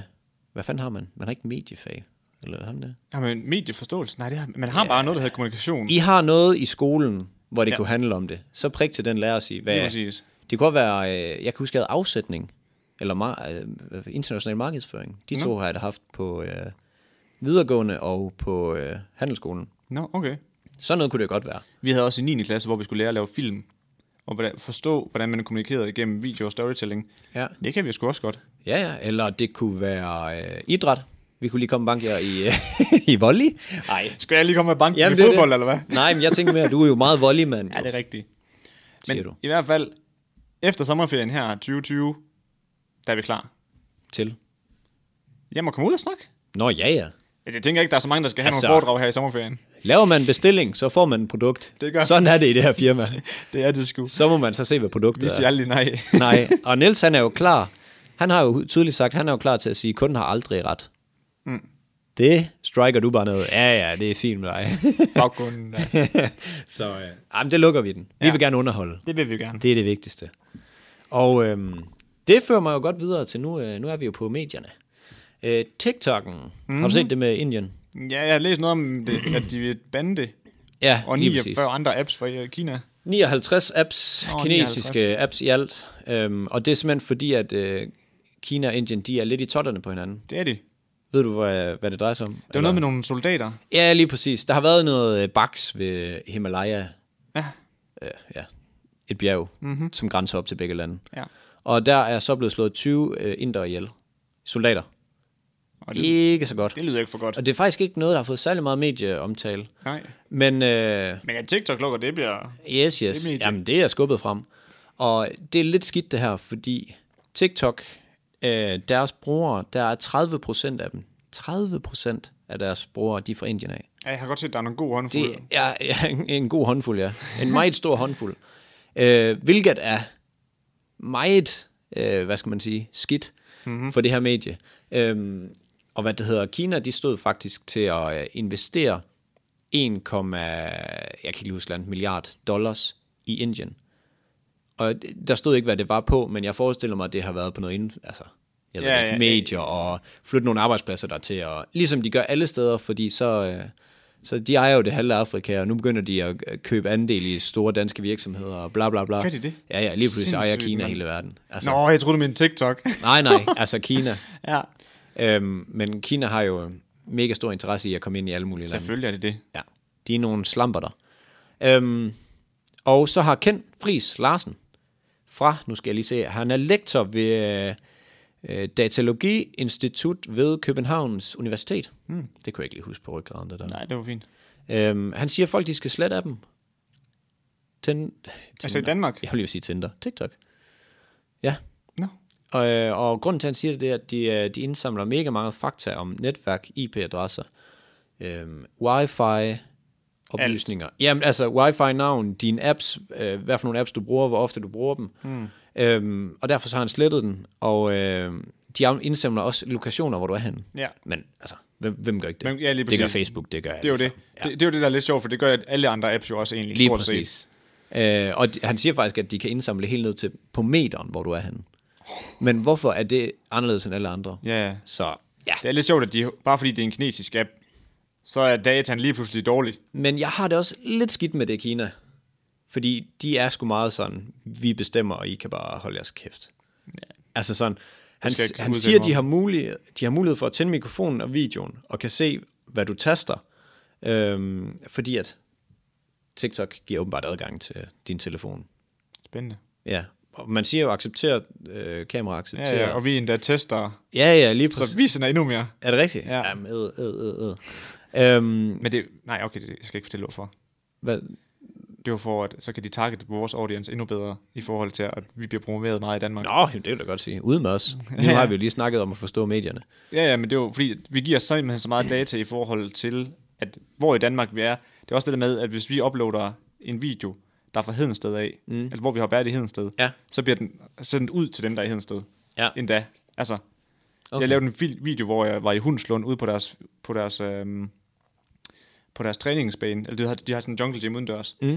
Speaker 1: hvad fanden har man? Man har ikke mediefag. Eller har man det?
Speaker 2: Jamen, medieforståelse. Nej, det er, man har bare noget, der hedder kommunikation.
Speaker 1: I har noget i skolen, hvor det ja.
Speaker 2: Ja.
Speaker 1: kunne handle om det. Så prik til den lærer og sige, hvad...
Speaker 2: Lige præcis.
Speaker 1: Det kunne godt være, øh, jeg kan huske, jeg havde afsætning, eller mar- øh, international markedsføring. De to har jeg da haft på øh, videregående og på øh, handelsskolen.
Speaker 2: Nå, okay.
Speaker 1: Sådan noget kunne det godt være.
Speaker 2: Vi havde også i 9. klasse, hvor vi skulle lære at lave film, og hvordan, forstå, hvordan man kommunikerede igennem video og storytelling.
Speaker 1: Ja,
Speaker 2: Det kan vi sgu også godt.
Speaker 1: ja, ja. eller det kunne være øh, idræt. Vi kunne lige komme bank jer i, øh, i volley. Nej.
Speaker 2: Skal jeg lige komme med banken
Speaker 1: Jamen,
Speaker 2: Jamen,
Speaker 1: det
Speaker 2: med
Speaker 1: er
Speaker 2: fodbold,
Speaker 1: det.
Speaker 2: det. eller hvad?
Speaker 1: Nej, men jeg tænker mere, du er jo meget volleymand,
Speaker 2: Ja,
Speaker 1: jo,
Speaker 2: det er rigtigt.
Speaker 1: siger
Speaker 2: Men
Speaker 1: du.
Speaker 2: i hvert fald, efter sommerferien her 2020, Der er vi klar.
Speaker 1: til.
Speaker 2: Jeg må komme ud og snakke.
Speaker 1: Nå ja, ja.
Speaker 2: Jeg tænker ikke, der er så mange, der skal have altså...
Speaker 1: Altså-
Speaker 2: nogle foredrag her i sommerferien.
Speaker 1: Laver man en bestilling, så får man et produkt.
Speaker 2: Det gør-
Speaker 1: Sådan er det i det her firma.
Speaker 2: Det er det sgu.
Speaker 1: Så må man så se, hvad produktet
Speaker 2: Hvis de
Speaker 1: er.
Speaker 2: aldrig nej.
Speaker 1: Nej, og Niels han er jo klar. Han har jo tydeligt sagt, han er jo klar til at sige, at kunden har aldrig ret. Mm. Det striker du bare noget. Ja, ja, det er fint med dig.
Speaker 2: Baggrunden, ja.
Speaker 1: så øh, jamen, det lukker vi den. Vi
Speaker 2: Ja.
Speaker 1: ja. vil gerne underholde.
Speaker 2: Det vil vi gerne.
Speaker 1: Det er det vigtigste. Og øhm, det fører mig jo godt videre til nu. Øh, nu er vi jo på medierne. Øh, TikTok'en. Mm. Har du set det med Indien?
Speaker 2: Ja, jeg har læst noget om, det, at de vil bande det.
Speaker 1: Ja,
Speaker 2: Og
Speaker 1: lige præcis.
Speaker 2: 49 andre apps fra øh, Kina.
Speaker 1: 59 apps,
Speaker 2: Nå,
Speaker 1: oh, kinesiske
Speaker 2: 59.
Speaker 1: 59. apps i alt. Øhm, og det er simpelthen fordi, at øh, Kina og Indien, de er lidt i totterne på hinanden.
Speaker 2: Det er de.
Speaker 1: Ved du, hvad, hvad det drejer sig om?
Speaker 2: Det var noget med nogle soldater.
Speaker 1: Ja, lige præcis. Der har været noget øh, baks ved Himalaya,
Speaker 2: Ja,
Speaker 1: øh, ja, et bjerg,
Speaker 2: Mhm.
Speaker 1: mm-hmm. som grænser op til begge lande.
Speaker 2: ja.
Speaker 1: Og der er så blevet slået 20 øh, indere ihjel. Soldater.
Speaker 2: Og
Speaker 1: Og
Speaker 2: det-
Speaker 1: det, ikke så godt.
Speaker 2: Det lyder ikke for godt.
Speaker 1: Og det er faktisk ikke noget, der har fået særlig meget medieomtale.
Speaker 2: Nej.
Speaker 1: Men øh,
Speaker 2: Men at TikTok lukker, det bliver...
Speaker 1: Yes, yes.
Speaker 2: Det er
Speaker 1: Det
Speaker 2: medie.
Speaker 1: Jamen, det er skubbet frem. Og det er lidt skidt det her, fordi TikTok, øh, deres brugere, der er 30 procent af dem. 30 procent af deres brugere, de er fra Indien af.
Speaker 2: Ja, jeg har godt set, at der er nogle gode håndfulde.
Speaker 1: Det er, er en, en god håndfuld, ja. En meget stor håndfuld. Øh, hvilket er meget, øh, hvad skal man sige, skidt mm-hmm. for det her medie. Øhm, og hvad det hedder, Kina, de stod faktisk til at øh, investere 1, jeg kan ikke lige huske, hvad det er, en milliard dollars i Indien. Og d- der stod ikke, hvad det var på, men jeg forestiller mig, at det har været på noget inden, altså, jeg ved
Speaker 2: Ja,
Speaker 1: ja, ikke,
Speaker 2: ja,
Speaker 1: medier og flytte nogle arbejdspladser der til, og ligesom de gør alle steder, fordi så, øh, så de ejer jo det halve af Afrika, og nu begynder de at øh, købe andel i store danske virksomheder, og bla bla bla.
Speaker 2: Gør de det?
Speaker 1: Ja, ja, lige pludselig ejer
Speaker 2: Sindssygt,
Speaker 1: Kina
Speaker 2: mand.
Speaker 1: hele verden. Altså,
Speaker 2: Nå, jeg troede, det var min TikTok.
Speaker 1: Nej, nej, altså Kina.
Speaker 2: ja.
Speaker 1: Øhm, men Kina har jo mega stor interesse i at komme ind i alle mulige lande.
Speaker 2: Selvfølgelig er det det.
Speaker 1: Ja, de er nogle slamper der. Øhm, og så har Ken Fris Larsen fra, nu skal jeg lige se, han er lektor ved øh, øh, Datalogi Institut ved Københavns Universitet. Hmm. Det kunne jeg ikke lige huske på ryggraden, det der.
Speaker 2: Nej, det var fint.
Speaker 1: Øhm, han siger, at folk de skal slette af dem. Ten,
Speaker 2: Altså i Danmark?
Speaker 1: Jeg vil lige sige Tinder. TikTok. Ja,
Speaker 2: Nå.
Speaker 1: og, øh, og grunden til, at han siger det, det er, at de, øh, de indsamler mega meget fakta om netværk, IP-adresser, øh, wifi-oplysninger. Jamen altså, wifi-navn, dine apps, øh, hvad for nogle apps du bruger, hvor ofte du bruger dem.
Speaker 2: Hmm.
Speaker 1: Mm. Øhm, og derfor så har han slettet den, og øh, de indsamler også lokationer, hvor du er henne.
Speaker 2: Ja.
Speaker 1: Men altså, hvem, hvem gør ikke det?
Speaker 2: Hvem- ja, lige
Speaker 1: det gør
Speaker 2: præcis.
Speaker 1: Facebook, det gør
Speaker 2: Det er jo det. Det, det er jo det, der er lidt sjovt, for det gør at alle andre apps jo også egentlig.
Speaker 1: altså, Lige
Speaker 2: stort Set.
Speaker 1: præcis. Øh, og de, han siger faktisk, at de kan indsamle helt ned til på meteren, hvor du er henne. Men hvorfor er det anderledes end alle andre?
Speaker 2: Ja, ja.
Speaker 1: Så ja.
Speaker 2: Det er lidt sjovt, at de, bare fordi det er en kinesisk app, så er dataen lige pludselig dårlig.
Speaker 1: Men jeg har det også lidt skidt med det i Kina. Fordi de er sgu meget sådan, vi bestemmer, og I kan bare holde jeres kæft. Ja. Altså sådan, han,
Speaker 2: skal ikke
Speaker 1: han
Speaker 2: udtale
Speaker 1: siger,
Speaker 2: mig
Speaker 1: de
Speaker 2: om.
Speaker 1: har, mulighed, de har mulighed for at tænde mikrofonen og videoen, og kan se, hvad du taster. Øhm, fordi at TikTok giver åbenbart adgang til din telefon.
Speaker 2: Spændende.
Speaker 1: Ja, og man siger jo, accepter øh, kamera,
Speaker 2: Ja,
Speaker 1: accepter.
Speaker 2: ja, og vi er endda tester,
Speaker 1: ja, ja lige præcis.
Speaker 2: så vi sender endnu mere.
Speaker 1: Er det rigtigt?
Speaker 2: Ja.
Speaker 1: Jamen, øh, øh, øh, øh. Øhm,
Speaker 2: Men det, nej, okay, det jeg skal ikke fortælle hvorfor.
Speaker 1: hvad,
Speaker 2: Det var for, at så kan de targete vores audience endnu bedre i forhold til, at vi bliver promoveret meget i Danmark.
Speaker 1: Nå, jamen, det vil jeg godt sige. Uden med os. Nu har vi jo lige snakket om at forstå medierne.
Speaker 2: Ja, ja, men det er jo fordi, at vi giver simpelthen så meget data i forhold til, at hvor i Danmark vi er. Det er også det der med, at hvis vi uploader en video, der er fra Hedensted af, mm. altså hvor vi har været i Hedensted,
Speaker 1: Ja.
Speaker 2: så bliver den sendt ud til dem, der er i Hedensted.
Speaker 1: Ja.
Speaker 2: Endda. Altså, okay.
Speaker 1: Okay.
Speaker 2: jeg lavede en fil- video, hvor jeg var i Hundslund ude på deres, på deres, øhm, på deres træningsbane. Altså, de har, de har sådan en jungle gym udendørs. Mm.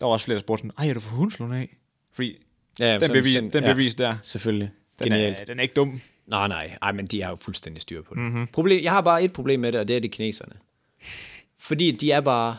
Speaker 2: Der var også flere, der spurgte sådan, ej, er du fra Hundslund af? Fordi
Speaker 1: Ja,
Speaker 2: den, bevis, den
Speaker 1: ja,
Speaker 2: bevis der,
Speaker 1: Selvfølgelig.
Speaker 2: den
Speaker 1: Genialt.
Speaker 2: er, den er ikke dum.
Speaker 1: Nej, nej. Ej, men de har jo fuldstændig styr på det.
Speaker 2: Mhm.
Speaker 1: Mm-hmm. Problem, jeg har bare et problem med det, og det er de kineserne. Fordi de er bare...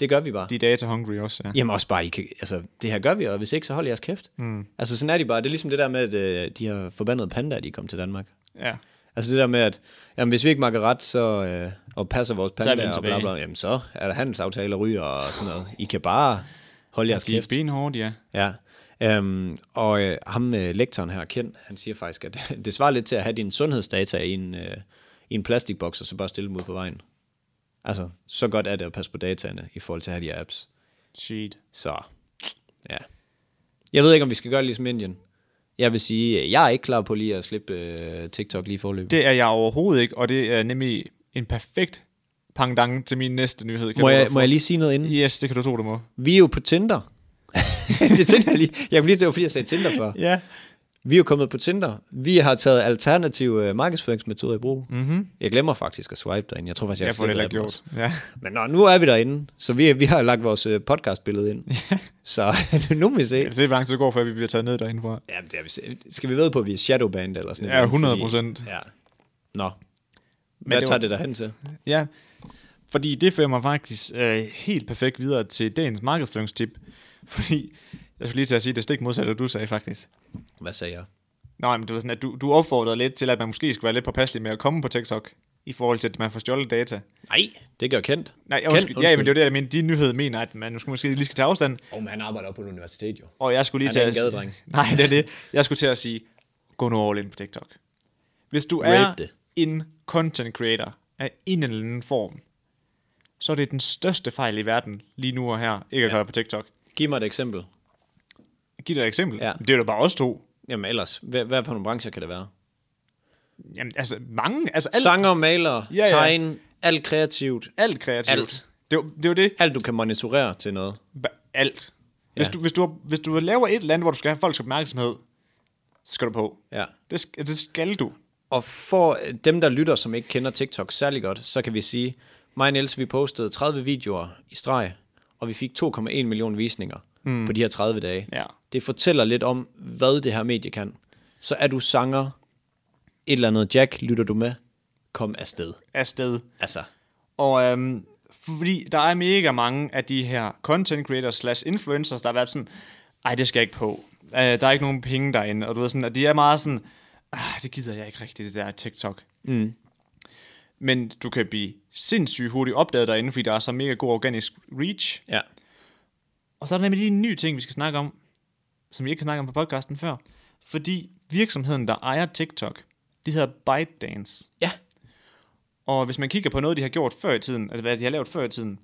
Speaker 1: Det gør vi bare.
Speaker 2: De er data-hungry også, ja.
Speaker 1: Jamen også bare, I kan, altså, det her gør vi, og hvis ikke, så hold jeres kæft. Mm. Altså sådan er de bare. Det er ligesom det der med, at øh, de her forbandede pandaer, de kom til Danmark.
Speaker 2: ja.
Speaker 1: Altså det der med, at jamen, hvis vi ikke makker ret, så, øh, og passer vores
Speaker 2: er vi
Speaker 1: pandaer og bla,
Speaker 2: tilbage.
Speaker 1: bla, jamen, så er der handelsaftaler, ryger og sådan noget. I kan bare holde jeres
Speaker 2: De er
Speaker 1: kæft.
Speaker 2: benhårdt, ja.
Speaker 1: Ja. Øhm, og øh, ham, øh, lektoren her, Ken, han siger faktisk, at det svarer lidt til at have dine sundhedsdata i en, øh, i en plastikboks, og så bare stille dem ud på vejen. Altså, så godt er det at passe på dataene i forhold til at have de her apps.
Speaker 2: Shit.
Speaker 1: Så, ja. Jeg ved ikke, om vi skal gøre det ligesom Indien. Jeg vil sige, jeg er ikke klar på lige at slippe øh, TikTok lige forløbet.
Speaker 2: Det er jeg overhovedet ikke, og det er nemlig en perfekt pangdang til min næste nyhed.
Speaker 1: Må
Speaker 2: du
Speaker 1: jeg,
Speaker 2: godt
Speaker 1: må jeg lige sige noget inden?
Speaker 2: få? Yes, det kan du tro, du må.
Speaker 1: Vi er jo på Tinder. det tænkte jeg lige. Jeg kunne lige det var fordi jeg sagde Tinder før.
Speaker 2: Ja.
Speaker 1: Vi er jo kommet på Tinder. Vi har taget alternative øh, markedsføringsmetoder i brug.
Speaker 2: Mm-hmm.
Speaker 1: Jeg glemmer faktisk at swipe derinde. Jeg tror faktisk, jeg,
Speaker 2: Jeg får
Speaker 1: har
Speaker 2: det heller
Speaker 1: slettet
Speaker 2: ikke
Speaker 1: appen også.
Speaker 2: gjort. Ja.
Speaker 1: Men nå, nu er vi derinde, så vi, vi har lagt vores øh, podcastbillede ind. så nu må vi se.
Speaker 2: Altså, Det er hvor lang tid det går, før vi bliver taget ned derindefra.
Speaker 1: Jamen, det er, vi se- skal vi ved på, at vi er shadowband eller sådan
Speaker 2: Ja,
Speaker 1: noget?
Speaker 2: 100 procent.
Speaker 1: Ja. Nå.
Speaker 2: Men
Speaker 1: Hvad
Speaker 2: det
Speaker 1: tager
Speaker 2: var-
Speaker 1: det derhen til?
Speaker 2: Ja, fordi det fører mig faktisk øh, helt perfekt videre til dagens markedsføringstip. Fordi, jeg skulle lige til at sige det stik modsatte, du sagde faktisk.
Speaker 1: Hvad sagde jeg?
Speaker 2: Nej, men du, ved sådan, at du, du opfordrede lidt til, at man måske skulle være lidt påpasselig med at komme på TikTok, i forhold til, at man får stjålet data.
Speaker 1: Nej, det gør Kent.
Speaker 2: Nej,
Speaker 1: Kent,
Speaker 2: undskyld, ja, men det
Speaker 1: undskyld.
Speaker 2: var det, jeg mente. De nyheder mener, at man måske, måske lige skal tage afstand.
Speaker 1: Oh, men han arbejder op på et universitet jo.
Speaker 2: Og jeg skulle lige
Speaker 1: Han
Speaker 2: til
Speaker 1: er en
Speaker 2: at...
Speaker 1: gadedreng.
Speaker 2: Nej, det er det. Jeg skulle til at sige, gå nu all in på TikTok. Hvis du
Speaker 1: Rape
Speaker 2: er
Speaker 1: det.
Speaker 2: en content creator af en eller anden form, så er det den største fejl i verden lige nu og her, ikke at gøre på TikTok.
Speaker 1: Giv mig et eksempel.
Speaker 2: Giv dig et eksempel.
Speaker 1: Ja.
Speaker 2: Det er jo bare os to.
Speaker 1: Jamen ellers, hvad, hvad for nogle brancher kan det være?
Speaker 2: Jamen, altså mange, altså alt,
Speaker 1: Alt. Sanger, maler, ja,
Speaker 2: Ja,
Speaker 1: ja.
Speaker 2: ja.
Speaker 1: tegn, alt kreativt,
Speaker 2: alt kreativt.
Speaker 1: Alt.
Speaker 2: Det er jo det. Er jo det.
Speaker 1: alt du kan monitorere til noget.
Speaker 2: Ba- Alt. Hvis,
Speaker 1: Ja.
Speaker 2: du, hvis, du, hvis du laver et eller andet, hvor du skal have folks opmærksomhed, så skal du på.
Speaker 1: Ja.
Speaker 2: Det skal, det skal du.
Speaker 1: Og for øh, dem, der lytter, som ikke kender TikTok særlig godt, så kan vi sige, mig og Niels, vi postede 30 videoer i streg, og vi fik 2,1 millioner visninger mm. på de her 30 dage.
Speaker 2: Ja.
Speaker 1: Det fortæller lidt om, hvad det her medie kan. Så er du sanger, et eller andet Jack, lytter du med, kom afsted.
Speaker 2: Afsted.
Speaker 1: Altså,
Speaker 2: Og øhm, fordi der er mega mange af de her content creators slash influencers, der har været sådan, ej, det skal jeg ikke på. Øh, der er ikke nogen penge derinde. Og du ved sådan, at de er meget sådan, ah, det gider jeg ikke rigtigt, det der TikTok. Mm. Men du kan blive sindssygt hurtigt opdaget derinde, fordi der er så mega god organisk reach.
Speaker 1: ja.
Speaker 2: Og så er der nemlig lige en ny ting, vi skal snakke om, som vi ikke kan snakke om på podcasten før. Fordi virksomheden, der ejer TikTok, de hedder ByteDance.
Speaker 1: Ja,
Speaker 2: Og hvis man kigger på noget, de har gjort før i tiden, altså hvad de har lavet før i tiden,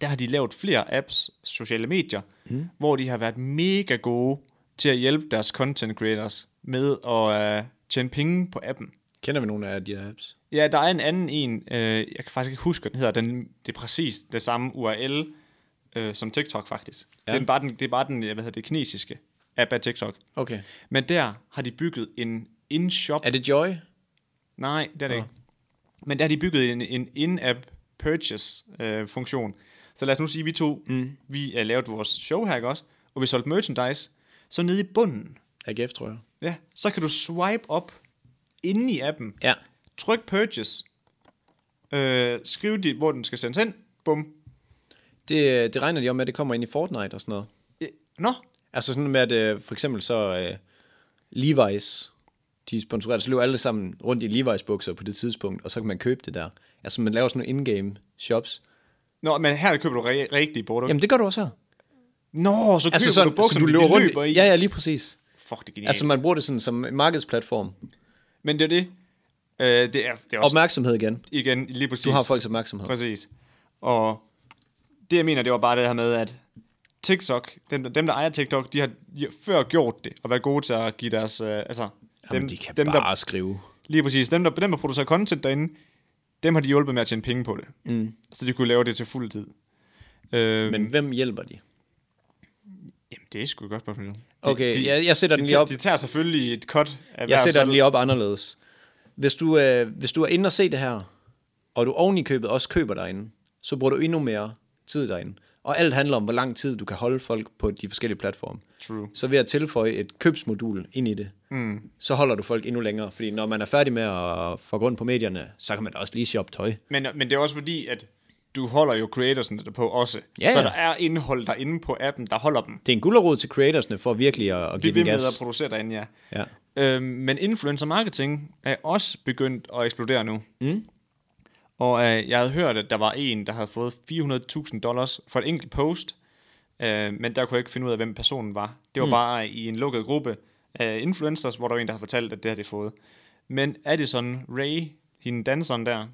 Speaker 2: der har de lavet flere apps, sociale medier, mm. hvor de har været mega gode til at hjælpe deres content creators med at øh, tjene penge på appen.
Speaker 1: kender vi nogle af de her apps?
Speaker 2: Ja, der er en anden en, øh, jeg kan faktisk ikke huske, hvad den hedder, den, det er præcis det samme URL øh, som TikTok faktisk.
Speaker 1: Ja.
Speaker 2: Ja. Det, er bare den, det er bare den, hvad hedder det, kinesiske app af TikTok.
Speaker 1: Okay.
Speaker 2: Men der har de bygget en in-shop
Speaker 1: Er det Joy?
Speaker 2: Nej, det er det ikke. Men der har de bygget en, en in-app purchase-funktion. så lad os nu sige, at vi to, mm. vi har lavet vores show her, ikke også? Og vi solgte merchandise. Så nede i bunden,
Speaker 1: AGF, tror jeg.
Speaker 2: ja, så kan du swipe op inde i appen.
Speaker 1: Ja.
Speaker 2: Tryk purchase. Øh, skriv dit, hvor den skal sendes hen. Bum.
Speaker 1: Det, det regner de om, at det kommer ind i Fortnite og sådan noget.
Speaker 2: Øh, Nå,
Speaker 1: Altså sådan med, at øh, for eksempel så øh, Levi's, de sponsorerede, så løb alle sammen rundt i Levi's bukser på det tidspunkt, og så kan man købe det der. Altså man laver sådan nogle in-game shops.
Speaker 2: Nå men her køber du re- rigtige produkter.
Speaker 1: Jamen det gør du også her.
Speaker 2: Nå, så køber
Speaker 1: Altså sådan,
Speaker 2: du bukserne,
Speaker 1: så du løber
Speaker 2: de
Speaker 1: rundt.
Speaker 2: løber i.
Speaker 1: Ja, ja, lige præcis.
Speaker 2: Fuck, det er genialt.
Speaker 1: Altså man bruger det sådan som en markedsplatform.
Speaker 2: Altså, Men det er det. Øh, det, er, det er også,
Speaker 1: Opmærksomhed igen.
Speaker 2: igen, lige præcis.
Speaker 1: Du har folks opmærksomhed.
Speaker 2: Præcis. Og det, jeg mener, det var bare det her med, at TikTok, dem, der- dem der ejer TikTok, de har de har før gjort det, og været gode til at give deres, øh, altså,
Speaker 1: Jamen
Speaker 2: dem,
Speaker 1: de kan
Speaker 2: dem der,
Speaker 1: bare skrive.
Speaker 2: lige præcis, dem der, dem der producerer content derinde, dem har de hjulpet med at tjene penge på det. Mm. Så de kunne lave det til fuld tid. Øh,
Speaker 1: Men hvem hjælper de?
Speaker 2: jamen, det er sgu et godt spørgsmål. De-
Speaker 1: Okay,
Speaker 2: de,
Speaker 1: jeg, jeg sætter
Speaker 2: de,
Speaker 1: den lige
Speaker 2: tager-
Speaker 1: op.
Speaker 2: de tager selvfølgelig et cut af
Speaker 1: Jeg sætter den lige op anderledes. Hvis du, øh, hvis du er inde og se det her, og du oven i købet også køber derinde, så bruger du endnu mere tid derinde. Og alt handler om, hvor lang tid du kan holde folk på de forskellige platforme.
Speaker 2: True.
Speaker 1: Så ved at tilføje et købsmodul ind i det, mm. så holder du folk endnu længere. Fordi når man er færdig med at få grund på medierne, så kan man da også lige shoppe tøj.
Speaker 2: Men, men det er også fordi, at du holder jo creatorsne på også.
Speaker 1: Ja,
Speaker 2: Så
Speaker 1: ja.
Speaker 2: der er indhold derinde på appen, der holder dem.
Speaker 1: Det er en gulderod til creatorsne for virkelig at, at
Speaker 2: Vi
Speaker 1: give
Speaker 2: ved
Speaker 1: den
Speaker 2: med at
Speaker 1: gas.
Speaker 2: producere derinde, ja.
Speaker 1: Ja.
Speaker 2: Øhm, men influencer marketing er også begyndt at eksplodere nu. Mm. Og øh, jeg havde hørt, at der var en, der havde fået 400.000 dollars for et enkelt post, øh, men der kunne jeg ikke finde ud af, hvem personen var. Det var mm. bare i en lukket gruppe af influencers, hvor der var en, der havde fortalt, at det har de fået. Men er det sådan Ray, hende danseren der?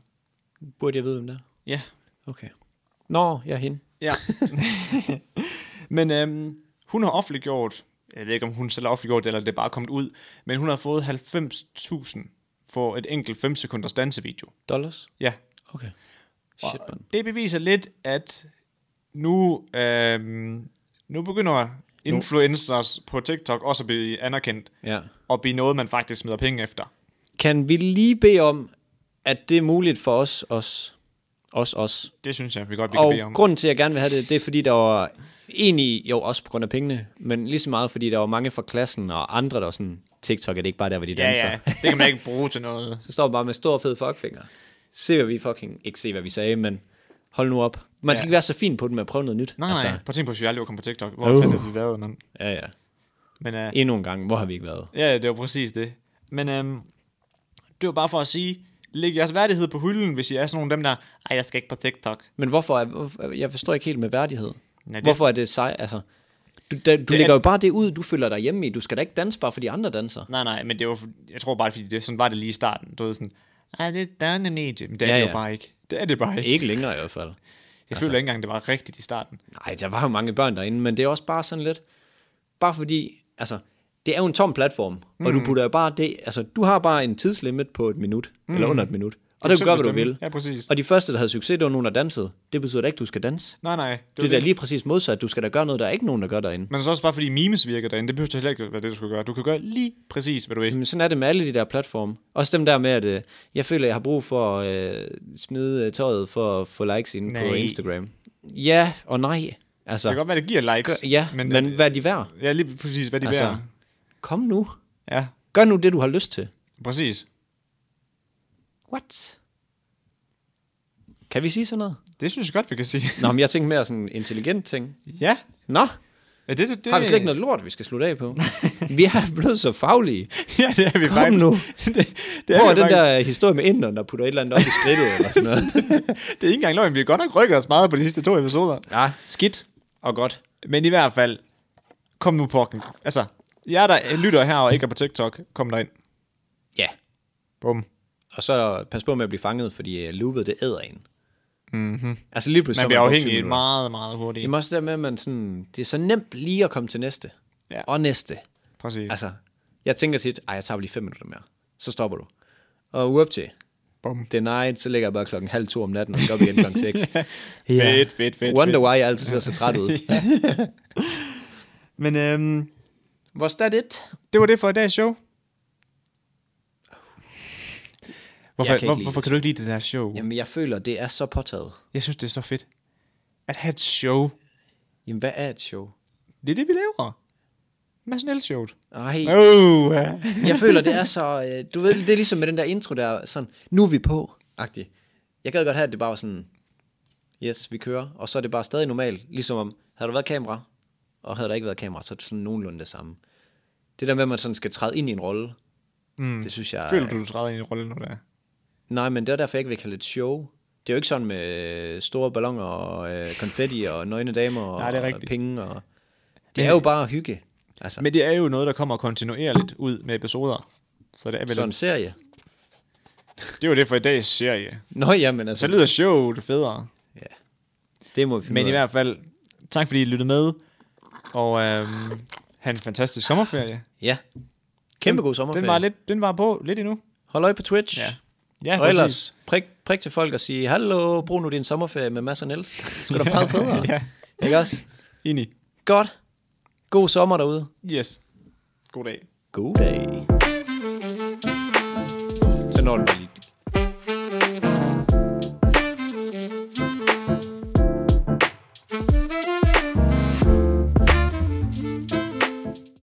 Speaker 1: Burde jeg vide, hvem det er?
Speaker 2: Ja.
Speaker 1: Okay. Nå, jeg er hende.
Speaker 2: ja. men øhm, hun har offentliggjort jeg ved ikke, om hun selv offentliggjorde det, eller det er bare kommet ud, men hun har fået 90.000 for et enkelt 5 sekunders dansevideo.
Speaker 1: Dollars?
Speaker 2: Ja,
Speaker 1: Okay.
Speaker 2: og
Speaker 1: Shit, man.
Speaker 2: det beviser lidt, at nu, øhm, nu begynder influencers på TikTok også at blive anerkendt,
Speaker 1: Ja.
Speaker 2: og blive noget, man faktisk smider penge efter.
Speaker 1: Kan vi lige bede om, at det er muligt for os, os, os, os.
Speaker 2: Det synes jeg, vi godt vi kan
Speaker 1: Og
Speaker 2: bede om.
Speaker 1: grunden til, at jeg gerne vil have det, det er fordi, der var egentlig, jo også på grund af pengene, men lige så meget, fordi der var mange fra klassen og andre, der var sådan, TikTok er det ikke bare der, hvor de
Speaker 2: ja,
Speaker 1: danser.
Speaker 2: ja, det kan man ikke bruge til noget.
Speaker 1: Så står man bare med stor fed fuckfinger. Se, hvad vi fucking... Ikke se, hvad vi sagde, men hold nu op. Man skal
Speaker 2: Ja.
Speaker 1: ikke være så fin på det med at prøve noget nyt.
Speaker 2: Nej, altså. nej, prøv at tænke på, hvis vi aldrig var kommet på TikTok. Hvor
Speaker 1: Uh.
Speaker 2: uh. fanden havde vi været, mand?
Speaker 1: Ja, ja.
Speaker 2: Men uh,
Speaker 1: Endnu en gang, hvor har vi ikke været?
Speaker 2: ja, det var præcis det. Men um, det var bare for at sige, læg jeres værdighed på hylden, hvis I er sådan nogle af dem der, ej, jeg skal ikke på TikTok.
Speaker 1: Men hvorfor er... hvorfor- Jeg forstår ikke helt med værdighed.
Speaker 2: Nej, det-
Speaker 1: Hvorfor er det sej... Altså, du, da, du
Speaker 2: er-
Speaker 1: lægger jo bare det ud, du føler dig hjemme i. Du skal da ikke danse bare, fordi andre danser.
Speaker 2: Nej, nej, men det var, jeg tror bare, fordi det, sådan var det lige i starten. Du ved sådan, ej, det er et børnemedie. Men det er
Speaker 1: Ja,
Speaker 2: ja, det jo
Speaker 1: ja.
Speaker 2: bare ikke. Det er det bare ikke.
Speaker 1: Ikke Altså. længere i hvert fald.
Speaker 2: Jeg føler ikke engang, det var rigtigt i starten.
Speaker 1: Nej, der var jo mange børn derinde, men det er også bare sådan lidt... Bare fordi... Altså, det er jo en tom platform, mm. og du putter jo bare det... Altså, du har bare en tidslimit på et minut, mm. eller under et minut. Og der kan du gøre, hvad du
Speaker 2: Selv bestemme.
Speaker 1: vil.
Speaker 2: Ja, præcis.
Speaker 1: Og de første, der havde succes, det var nogen, der dansede. Det betyder da ikke, du skal danse.
Speaker 2: Nej, nej. Det,
Speaker 1: Det er da lige præcis modsat. Du skal da gøre noget, der er ikke nogen, der gør derinde.
Speaker 2: Men så også bare fordi memes virker derinde, det behøver du heller ikke være det, du skal gøre. Du kan gøre lige præcis, hvad du vil.
Speaker 1: Jamen, sådan er det med alle de der platforme. Også dem der med, at øh, jeg føler, jeg har brug for at øh, smide øh, tøjet for at få likes inde på
Speaker 2: Nej.
Speaker 1: Instagram. Ja og nej. Altså,
Speaker 2: Det kan godt være, det giver likes.
Speaker 1: gør, ja, men, men
Speaker 2: at-
Speaker 1: hvad er de værd?
Speaker 2: Ja, lige præcis, hvad de altså,
Speaker 1: Altså-
Speaker 2: værd.
Speaker 1: Kom nu.
Speaker 2: Ja,
Speaker 1: Gør nu det, du har lyst til.
Speaker 2: præcis.
Speaker 1: What? Kan vi sige sådan noget?
Speaker 2: Det synes jeg godt, vi kan sige.
Speaker 1: Nå, men jeg tænkte mere sådan en intelligent ting.
Speaker 2: ja.
Speaker 1: Nå,
Speaker 2: ja det, det, det,
Speaker 1: har vi slet ikke noget lort, vi skal slutte af på? vi er blevet så faglige.
Speaker 2: ja, det er vi
Speaker 1: Kom
Speaker 2: faktisk.
Speaker 1: nu.
Speaker 2: det, det, er
Speaker 1: Hvor
Speaker 2: vi
Speaker 1: er den
Speaker 2: faktisk.
Speaker 1: der historie med inderen, der putter et eller andet op i skridtet eller sådan noget?
Speaker 2: det er ikke engang løgn. Vi har godt nok rykket os meget på de sidste to episoder.
Speaker 1: Ja, skidt og godt.
Speaker 2: Men i hvert fald, kom nu på Altså, jer der lytter her og ikke er på TikTok, kom derind.
Speaker 1: Ja,
Speaker 2: Bum.
Speaker 1: og så pas på med at blive fanget, fordi øh, loopet det æder en. Mm-hmm. Altså lige pludselig
Speaker 2: Man
Speaker 1: så
Speaker 2: bliver
Speaker 1: er brugt 20
Speaker 2: afhængig
Speaker 1: minutter.
Speaker 2: meget, meget hurtigt.
Speaker 1: Jamen også der med, at man sådan, det er så nemt lige at komme til næste.
Speaker 2: Ja.
Speaker 1: Og næste.
Speaker 2: Præcis. Altså,
Speaker 1: Altså, jeg tænker tit, ej, jeg tager lige fem minutter mere. Så stopper du. Og uop til.
Speaker 2: Bum.
Speaker 1: Det er nej, så ligger jeg bare klokken halv to om natten, og så går vi igen klokken seks.
Speaker 2: Fedt, fedt, fedt.
Speaker 1: Wonder
Speaker 2: fedt.
Speaker 1: why jeg altid ser så træt ud.
Speaker 2: Men øhm,
Speaker 1: What's that it?
Speaker 2: det var det for i dags show. Hvorfor,
Speaker 1: Jeg kan ikke
Speaker 2: kan, hvor,
Speaker 1: lide
Speaker 2: hvorfor
Speaker 1: det.
Speaker 2: kan du ikke lide det der show? Jamen.
Speaker 1: Jamen, jeg føler, det er så påtaget.
Speaker 2: Jeg synes, det er så fedt. At have et show.
Speaker 1: Jamen, hvad er et show?
Speaker 2: Det er det, vi laver. Mads Niels showet.
Speaker 1: Ej,
Speaker 2: Oh, ja.
Speaker 1: Jeg føler, det er så... Øh, du ved, det er ligesom med den der intro der, sådan, nu er vi på, agtig. Jeg gad godt have, at det bare var sådan, yes, vi kører, og så er det bare stadig normalt, ligesom om, havde der været kamera, og havde der ikke været kamera, så er det sådan nogenlunde det samme. Det der med, at man sådan skal træde ind i en rolle,
Speaker 2: Mm.
Speaker 1: det synes jeg...
Speaker 2: Føler du, du træder ind i en rolle nu der?
Speaker 1: Nej, men det er derfor, jeg ikke vil kalde det et show. Det er jo ikke sådan med øh, store balloner og øh, konfetti og nøgne damer og,
Speaker 2: Nej, det er
Speaker 1: og
Speaker 2: rigtigt.
Speaker 1: penge. Og, det er jo bare hygge. Altså,
Speaker 2: Men det er jo noget, der kommer kontinuerligt ud med episoder. Så det er vel
Speaker 1: sådan en serie.
Speaker 2: Det var det for i dags serie.
Speaker 1: Nå ja, men altså...
Speaker 2: Så lyder showet federe.
Speaker 1: Ja. Det må vi finde
Speaker 2: Men
Speaker 1: ud
Speaker 2: i
Speaker 1: af.
Speaker 2: hvert fald, tak fordi I lyttede med. Og øhm, have en fantastisk sommerferie.
Speaker 1: Ja. Kæmpe god sommerferie.
Speaker 2: Den var, lidt, den var på lidt endnu.
Speaker 1: Hold øje på Twitch.
Speaker 2: Ja.
Speaker 1: Ja.
Speaker 2: Ja,
Speaker 1: Og ellers, prik, prik til folk og sige, hallo, brug nu din sommerferie med masser af Niels. Skal da meget federe.
Speaker 2: Ja.
Speaker 1: Ikke også?
Speaker 2: Enig.
Speaker 1: Godt. God sommer derude.
Speaker 2: Yes. God dag.
Speaker 1: God dag. Så når du lige